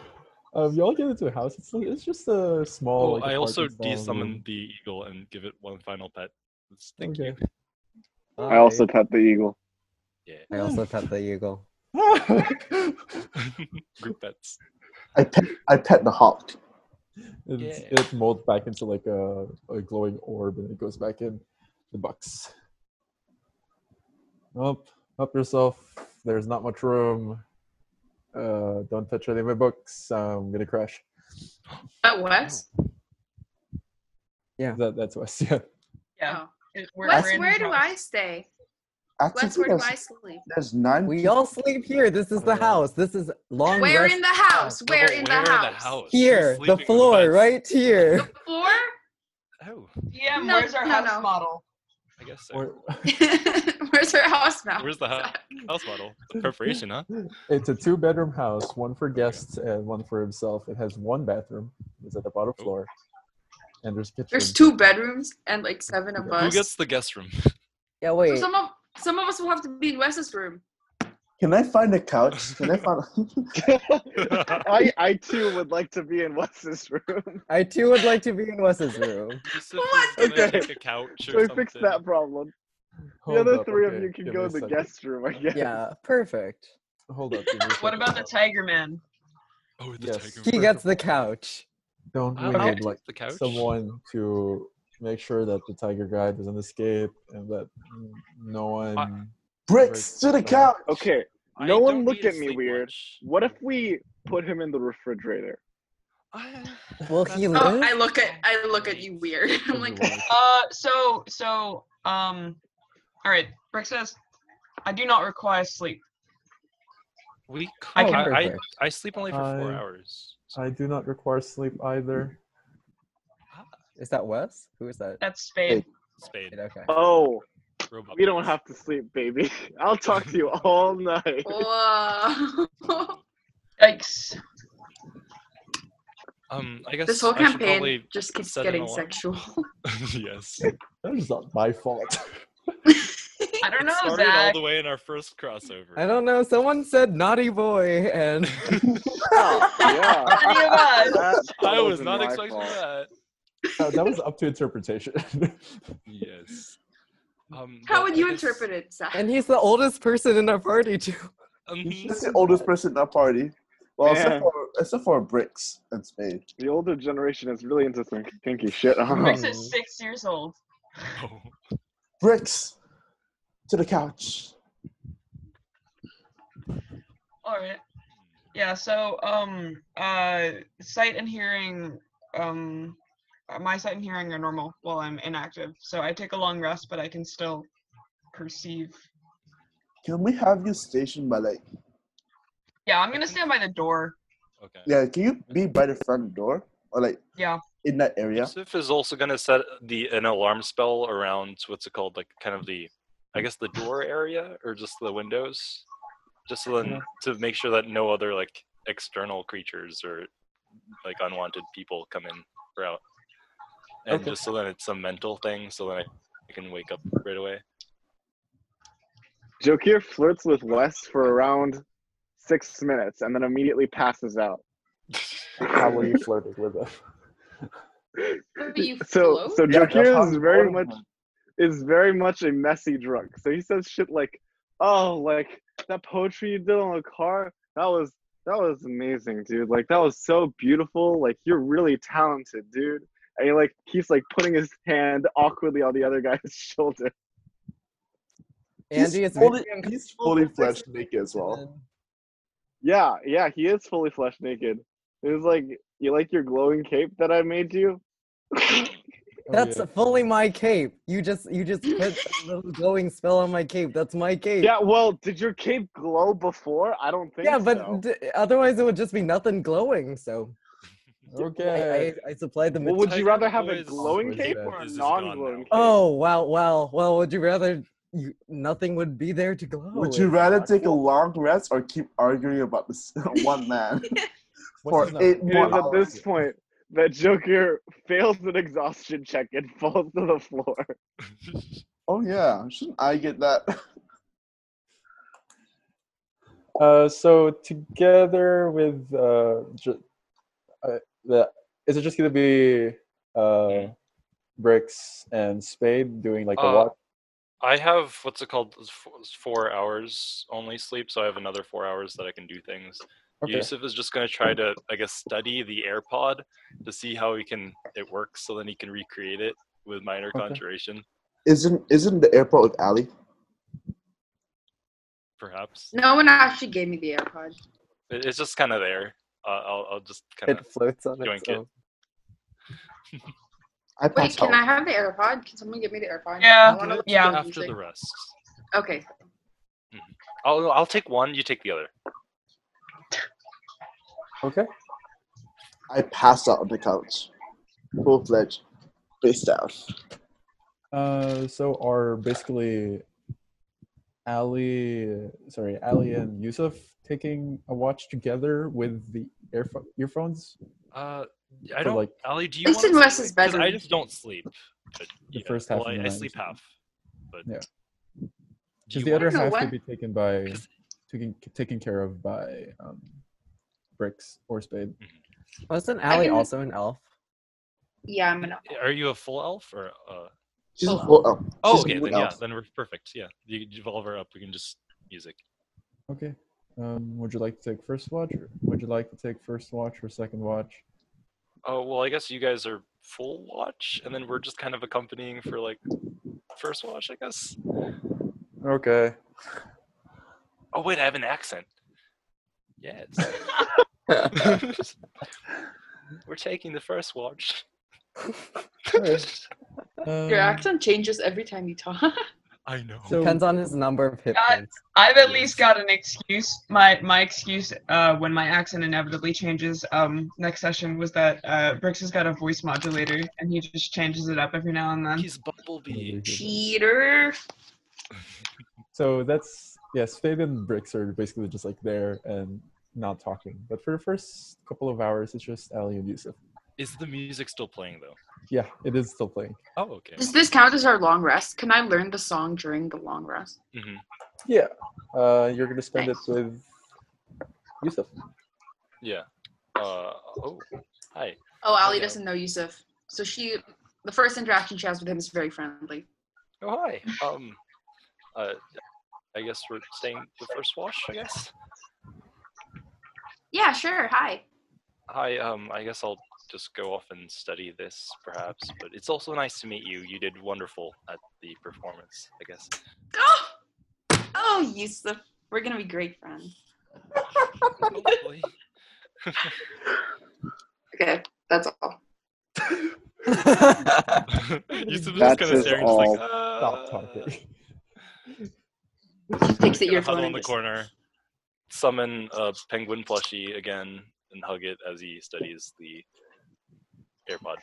E: Um, y'all get into a house. It's like, it's just a small.
I: Oh,
E: like,
I: I also
E: apartment style
I: de-summon
E: room.
I: the eagle and give it one final pet. It's- Thank
E: Okay.
I: you.
C: I also pet the eagle.
I: Yeah.
H: I also pet the eagle.
I: Group pets.
A: I pet, I pet the hawk.
E: It's,
D: Yeah.
E: It molds back into like a, a glowing orb and it goes back in the box. Up, up yourself. There's not much room. Uh, don't touch any of my books. I'm gonna crash.
G: That Wes.
H: Yeah.
E: That, that's us. Yeah.
F: Yeah.
G: Oh.
F: It- we're-
G: Wes,
F: we're in
G: where
F: his
G: do I
F: house.
G: stay?
A: Actually,
G: Wes, where do
A: there's,
G: I sleep?
A: there's nine.
H: We
A: people-
H: all sleep here. This is the house. This is long.
G: Where
H: rest
G: in the house? Where
I: Oh,
G: in the
I: where
G: house?
I: house? Who's
H: Here,
I: sleeping
H: the
I: in
H: floor,
I: beds?
H: right here.
G: The floor?
D: Oh,
F: DM,
G: No,
F: where's our
G: no,
F: house
G: no.
F: model?
D: I guess so.
E: Or
G: Where's her house now?
D: Where's the house? House model. The perforation, huh?
E: it's a two-bedroom house, one for guests and one for himself. It has one bathroom. It's at the bottom
D: Oh.
E: floor, and there's a kitchen.
G: There's two bedrooms and like seven of
E: Who
G: us.
D: Who gets the guest room?
H: Yeah,
G: so
H: wait.
G: some of some of us will have to be in Wes's room.
A: Can I find a couch? Can I find?
C: I I too would like to be in Wes's room.
H: I too would like to be in Wes's room.
D: Yusuf
G: What?
D: is gonna
C: Okay.
D: take a couch or
C: So we
D: something.
C: fix that problem.
E: Hold
C: the other
E: up,
C: three of
E: okay,
C: you can
E: give
C: go
E: me
C: in
E: a
C: the
E: second.
C: guest room, I guess.
H: Yeah, perfect.
E: Hold up. give me a
F: What
E: second.
F: about the Tiger Man?
D: Oh, the
E: Yes.
D: tiger.
H: He gets the couch.
E: Don't
D: I-
E: we
D: I'll
E: need
D: take
E: like
D: the couch.
E: someone to make sure that the tiger guy doesn't escape and that mm, no one
A: Bricks to the couch.
C: Okay.
D: I
C: No one
D: don't
C: look
D: need a
C: at me
D: sleep
C: weird.
D: watch.
C: What if we put him in the refrigerator?
D: I-
H: Will
D: that's
H: he
D: not-
H: live?
G: Oh, I look at I look at you weird. I'm like,
E: everyone.
F: Uh, so so um, all right. Brick says, I do not require sleep.
D: We could.
F: I
D: I,
F: can-
D: I, I,
H: Perfect.
D: sleep only for four
E: I-
D: hours. So
E: I do not require sleep either.
H: Is that Wes? Who is that?
F: That's Spade.
D: spade.
H: Okay.
C: Oh,
D: Robot
C: we don't
D: legs.
C: have to sleep, baby. I'll talk to you all night.
G: whoa.
F: Yikes.
D: Um, I guess
G: this whole
D: I should
G: campaign
D: probably-
G: just keeps
D: set an
G: getting
D: alarm.
G: sexual.
D: yes.
E: That is not my fault.
F: I don't
D: It
F: know,
D: started all
F: Zach.
D: the way in our first crossover.
H: I don't know. Someone said naughty boy, and
C: Oh, yeah.
F: Any of us.
C: That
D: I was
C: wasn't
D: not
C: my
D: expecting
C: fault.
D: that.
E: Uh, that was up to interpretation.
D: Yes. Um,
G: How would you interpret it, Zach?
H: and he's the oldest person in our party too.
A: He's
D: um,
A: just the oldest person at that party. Well, except
C: Man.
A: for except for bricks and spade.
C: The older generation is really into some kinky shit. Huh?
F: Bricks is six years old.
D: oh,
A: Bricks to the couch.
F: All right. Yeah, so um uh sight and hearing um uh, my sight and hearing are normal while I'm inactive. So I take a long rest but I can still perceive.
A: Can we have you stationed by like?
F: Yeah, I'm going to stand by the door.
D: Okay.
A: Yeah, can you be by the front door or like
F: Yeah.
A: in that area?
D: Yusuf is also gonna set the an alarm spell around what's it called, like kind of the, I guess the door area or just the windows, just so then to make sure that no other like external creatures or like unwanted people come in or out, and
E: Okay.
D: just so then it's a mental thing, so then I, I can wake up right away.
C: Jokir flirts with Wes for around six minutes and then immediately passes out.
E: How were you flirting with us?
G: you
C: so
G: float?
C: so
A: Yeah, that's how
C: Jokir is
A: I'm
C: very
A: holding
C: much
A: her.
C: is very much a messy drunk. So he says shit like, "Oh, like that poetry you did on the car, that was that was amazing, dude. Like that was so beautiful. Like you're really talented, dude." And he like he's like putting his hand awkwardly on the other guy's shoulder.
H: Angie is
A: he's fully,
H: very uncomfortable.
A: he's fully
H: for
A: flesh
H: six
A: naked as well.
H: minutes.
C: Yeah, yeah, he is fully flesh naked. It was like, "You like your glowing cape that I made you?"
E: Oh,
H: That's
E: yeah.
H: fully my cape. You just you just put a little glowing spell on my cape. That's my cape.
C: yeah. Well, did your cape glow before? I don't think.
H: Yeah, but
C: so.
H: d- otherwise it would just be nothing glowing. So
E: Okay.
H: I, I, I supplied the
C: Well,
H: material.
C: would you
D: Tiger
C: rather have a
D: Boy's
C: glowing
E: Boy's
C: cape
E: bed
C: or a
D: is- is gone
C: non-glowing
D: now.
C: cape?
H: Oh wow, wow, well, would you rather you, nothing would be there to glow?
A: Would you
H: It's
A: rather
H: not
A: take a
H: cool.
A: long rest or keep arguing about this one man
E: What's
A: for
E: his name?
A: eight
C: It
A: more
C: is at
A: hours?
C: this point that Joker fails an exhaustion check and falls to the floor.
A: Oh yeah, shouldn't I get that?
E: Uh, so together with uh, ju- uh, the, is it just gonna be uh, bricks and spade doing like a
D: Uh,
E: walk?
D: I have what's it called? It's f- it's Four hours only sleep, so I have another four hours that I can do things.
E: Okay.
D: Yusuf is just going to try to, I guess, study the AirPod to see how he can it works, so then he can recreate it with minor
E: Okay.
D: conjuration,
A: Isn't isn't the airport with Ali?
D: perhaps.
G: No one actually gave me the AirPod.
D: It, it's just kind of there. Uh, I'll, I'll just kind of.
H: It floats on
D: Joink
H: its
D: it.
H: own.
A: I
G: Wait,
A: passed
G: can I
A: out.
G: have the AirPod? Can someone give me the AirPod?
F: Yeah,
G: I want to listen
F: yeah.
G: to
D: After the
G: music.
D: rest,
G: Okay.
D: I'll I'll take one. You take the other.
E: Okay.
A: I passed out on the couch, full fledged. Based out.
E: Uh, so are basically Ali, sorry, Ali and Yusuf taking a watch together with the earpho- earphones?
D: Uh, I
E: For,
D: don't.
E: like-
D: Ali, do you?
G: It's
D: wanna
G: in Wes's
D: sleep? 'Cause I
G: bedroom.
D: just don't sleep. But, yeah,
E: first half
D: well,
E: of
D: I,
E: the
D: I
E: night.
D: sleep half. But
E: Yeah.
D: Do
E: Because
D: you
E: the
D: wanna-
E: other
G: I don't
E: half
G: know
E: could
G: what-
E: be taken by
D: 'Cause-
E: taken taken care of by um, bricks or spade.
H: Wasn't Allie
G: can-
H: also an elf?
G: Yeah, I'm gonna.
D: Are you a full elf or? Uh...
A: She's a
G: Full
A: full elf.
D: Oh,
A: She's a
D: okay.
A: full
D: Then yeah,
A: elf.
D: then we're perfect. Yeah, you can evolve her up. We can just music.
E: Okay. Um, would you like to take first watch, or would you like to take first watch or second watch?
D: Oh well, I guess you guys are full watch, and then we're just kind of accompanying for like first watch, I guess.
E: Okay.
D: Oh wait, I have an accent. Yeah. It's... we're taking the first watch.
E: Um,
G: Your
D: Um,
G: accent changes every time you talk.
I: I know.
E: Um, So,
H: Depends on his number of hit
F: God.
H: points.
F: I've at least got an excuse. My my excuse uh, when my accent inevitably changes um, next session was that uh, Bricks has got a voice modulator and he just changes it up every now and then.
D: He's Bumblebee.
G: Cheater.
E: so that's yeah. Spade and bricks are basically just like there and not talking. But for the first couple of hours, it's just Ali and Yusuf.
D: Is the music still playing though?
E: Yeah, it is still playing.
D: Oh okay.
G: Does this count as our long rest? Can I learn the song during the long rest?
D: hmm
E: Yeah. Uh, you're gonna spend
G: Nice.
E: it with Yusuf.
D: Yeah. Uh oh. Hi.
G: Oh, Ali
D: yeah.
G: doesn't know Yusuf, so she. The first interaction she has with him is very friendly.
D: Oh hi. Um. Uh. I guess we're staying the first watch. I guess.
G: Yeah, sure. Hi.
D: Hi, um, I guess I'll just go off and study this, perhaps. But it's also nice to meet you. You did wonderful at the performance, I guess.
G: Oh, oh, Yusuf. We're gonna be great friends.
D: Hopefully.
G: Okay, that's all.
D: Yusuf is
A: That's
D: kind of
A: his
D: staring, just like,
A: all.
D: uh,
E: Stop talking.
G: He takes the
D: gonna huddle
G: earphone
D: in
G: and
D: the
G: just.
D: corner, summon a penguin plushie again, and hug it as he studies the AirPod.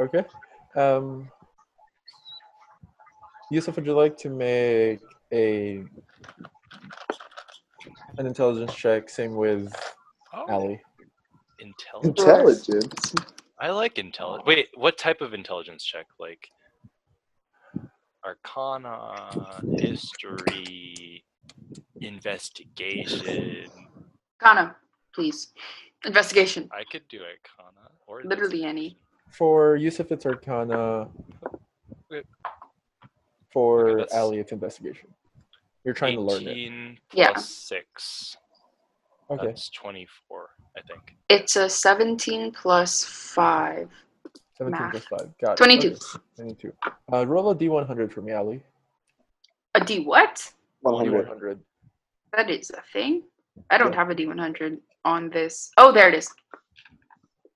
E: Okay. Um, Yusuf, would you like to make a an intelligence check? Same with
D: Oh,
E: Ali.
D: intelligence.
A: Intelligence.
D: I like intelligence. Wait, what type of intelligence check? Like arcana, history, investigation.
G: Kana, please. Investigation.
D: I could do arcana or
G: Literally any.
E: For Yusuf, it's Arcana.
D: Okay.
E: For
D: Okay, that's-
E: Ali, it's Investigation. You're trying to learn it.
D: 18
G: Yeah.
D: plus 6.
E: Okay.
D: That's 24, I think.
G: It's a 17 plus 5.
E: 17
G: math.
E: plus 5. Got it.
G: 22.
E: Okay, 22. Uh, roll a D100 for me, Ali.
G: A D what?
A: 100.
E: D100.
G: That is a thing. I don't have a D100 on this. Oh, there it is.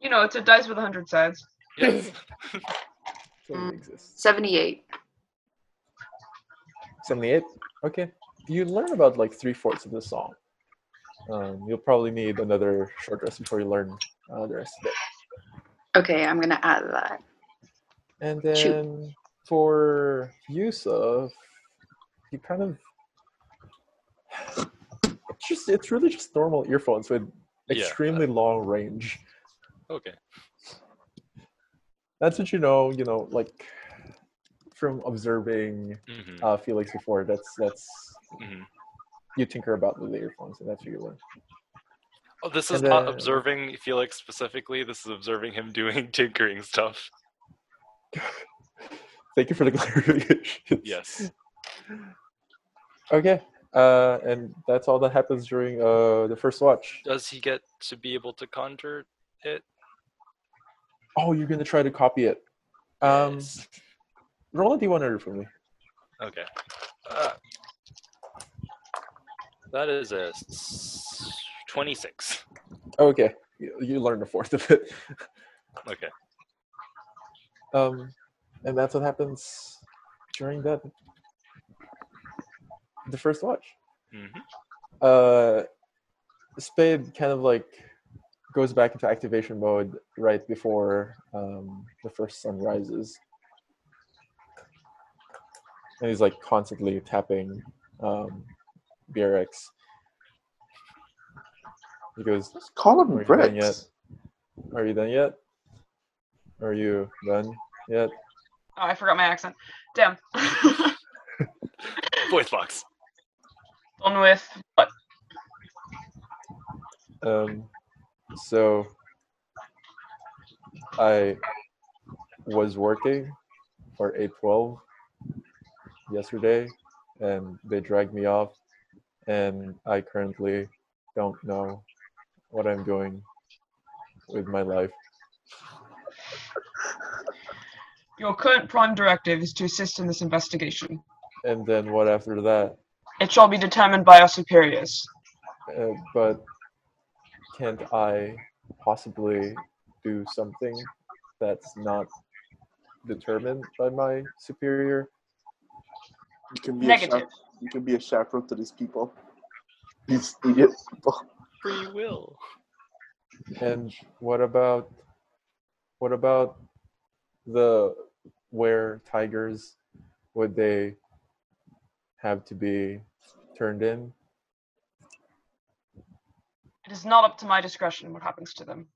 F: You know, it's a dice with hundred sides.
D: Yes.
E: Totally exists.
G: 78.
E: 78 okay you learn about like three-fourths of the song um, you'll probably need another short rest before you learn uh, the rest of it
G: Okay, I'm going to add that.
E: and then
G: Shoot.
E: for yusuf you kind of it's just it's really just normal earphones with
D: Yeah, uh,
E: extremely long range
D: okay.
E: that's what you know you know like from observing
D: hmm
E: uh, felix before that's that's
D: hmm
E: you tinker about with the earphones and that's what you learn
D: Oh, this is
E: And
D: not
E: then-
D: observing Felix specifically. This is observing him doing tinkering stuff.
E: thank you for the clarification
D: Yes.
E: Okay. Uh, and that's all that happens during uh, the first watch.
D: Does he get to be able to conjure it?
E: Oh, you're gonna try to copy it. Um,
D: Yes.
E: roll a d100 for me.
D: Okay. Uh, that is a s- 26.
E: Oh, Okay, you, you learned a fourth of it.
D: Okay.
E: Um, and that's what happens during that the
D: Mm-hmm.
E: first watch.
D: hmm
E: Uh, Spade kind of like goes back into activation mode right before um, the first sun rises. And he's like constantly tapping um, BRX. He goes,
A: Just call him
E: Are you done
A: Rex.
E: Are you done yet? Are you done yet?
F: Oh, I forgot my accent. Damn.
I: Voice box.
F: Done with what?
E: Um, so I was working for 812 yesterday and they dragged me off and I currently don't know what I'm doing with my life.
F: Your current prime directive is to assist in this investigation.
E: And then what after that?
F: It shall be determined by our superiors.
E: Uh, but can't I possibly do something that's not determined by my superior?
A: You can be a
F: Negative.
A: chap- you can be a chaperone to these people. These idiot people.
D: Free will.
E: And what about what about the where tigers would they have to be turned in?
F: It is not up to my discretion what happens to them.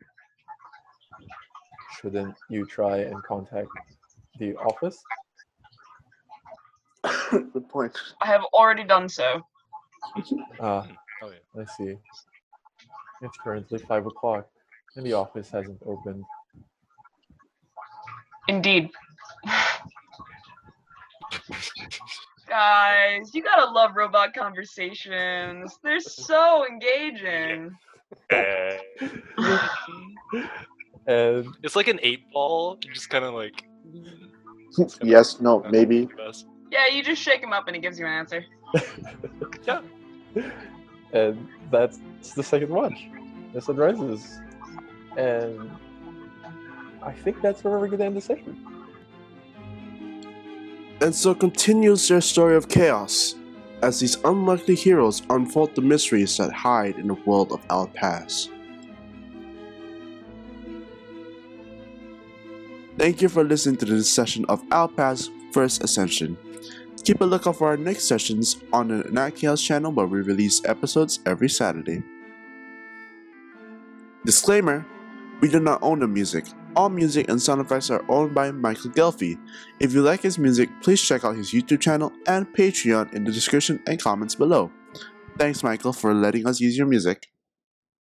E: Shouldn't you try and contact the office?
A: Good point.
F: I have already done so.
E: Ah,
I: Oh, yeah.
E: I see. It's currently five o'clock and the office hasn't opened.
F: Indeed. Guys, you gotta love robot conversations. They're so engaging.
I: Eh.
E: And
I: it's like an eight ball. You just kind of like.
A: yes, no, maybe.
I: Best.
F: Yeah, you just shake him up and he gives you an answer.
E: and that's the second watch. The sun rises. And I think that's where we're gonna end the session.
A: And so continues their story of chaos as these unlikely heroes unfold the mysteries that hide in the world of El Pass. Thank you for listening to this session of El Pass First Ascension. Keep a lookout for our next sessions on the Nat Chaos channel where we release episodes every Saturday. Disclaimer We do not own the music. All music and sound effects are owned by Michael Gelfi. If you like his music, please check out his YouTube channel and Patreon in the description and comments below. Thanks, Michael, for letting us use your music.